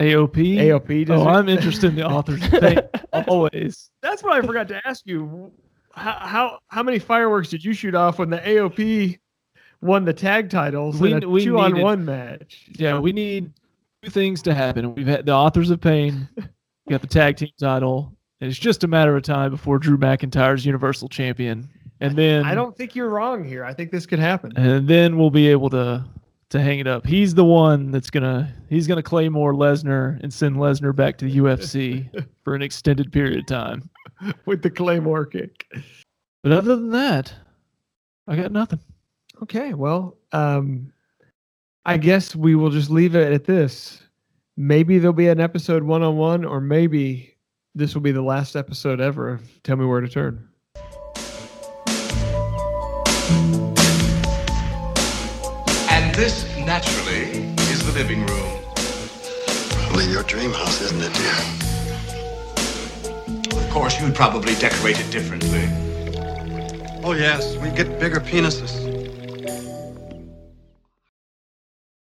Speaker 7: AOP.
Speaker 8: AOP. Does
Speaker 7: Oh,
Speaker 8: it-
Speaker 7: I'm interested in the authors thing always.
Speaker 8: That's what I forgot to ask you. How, how how many fireworks did you shoot off when the AOP won the tag titles
Speaker 7: We-
Speaker 8: in a
Speaker 7: we
Speaker 8: two on
Speaker 7: needed-
Speaker 8: one match?
Speaker 7: Yeah, we need two things to happen. We've had the authors of pain, we got the tag team title, and it's just a matter of time before Drew McIntyre's Universal Champion, and then
Speaker 8: I don't think you're wrong here. I think this could happen.
Speaker 7: and then we'll be able to to hang it up. He's the one that's gonna he's gonna claymore Lesnar and send Lesnar back to the UFC for an extended period of time.
Speaker 8: with the claymore kick.
Speaker 7: But other than that, I got nothing.
Speaker 8: Okay, well, um, I guess we will just leave it at this. Maybe there'll be an episode one on one, or maybe this will be the last episode ever of Tell Me Where to Turn.
Speaker 10: And this, naturally, is the living room.
Speaker 3: Probably your dream house, isn't it, dear?
Speaker 10: Of course, you'd probably decorate it differently.
Speaker 3: Oh, yes. We get bigger penises.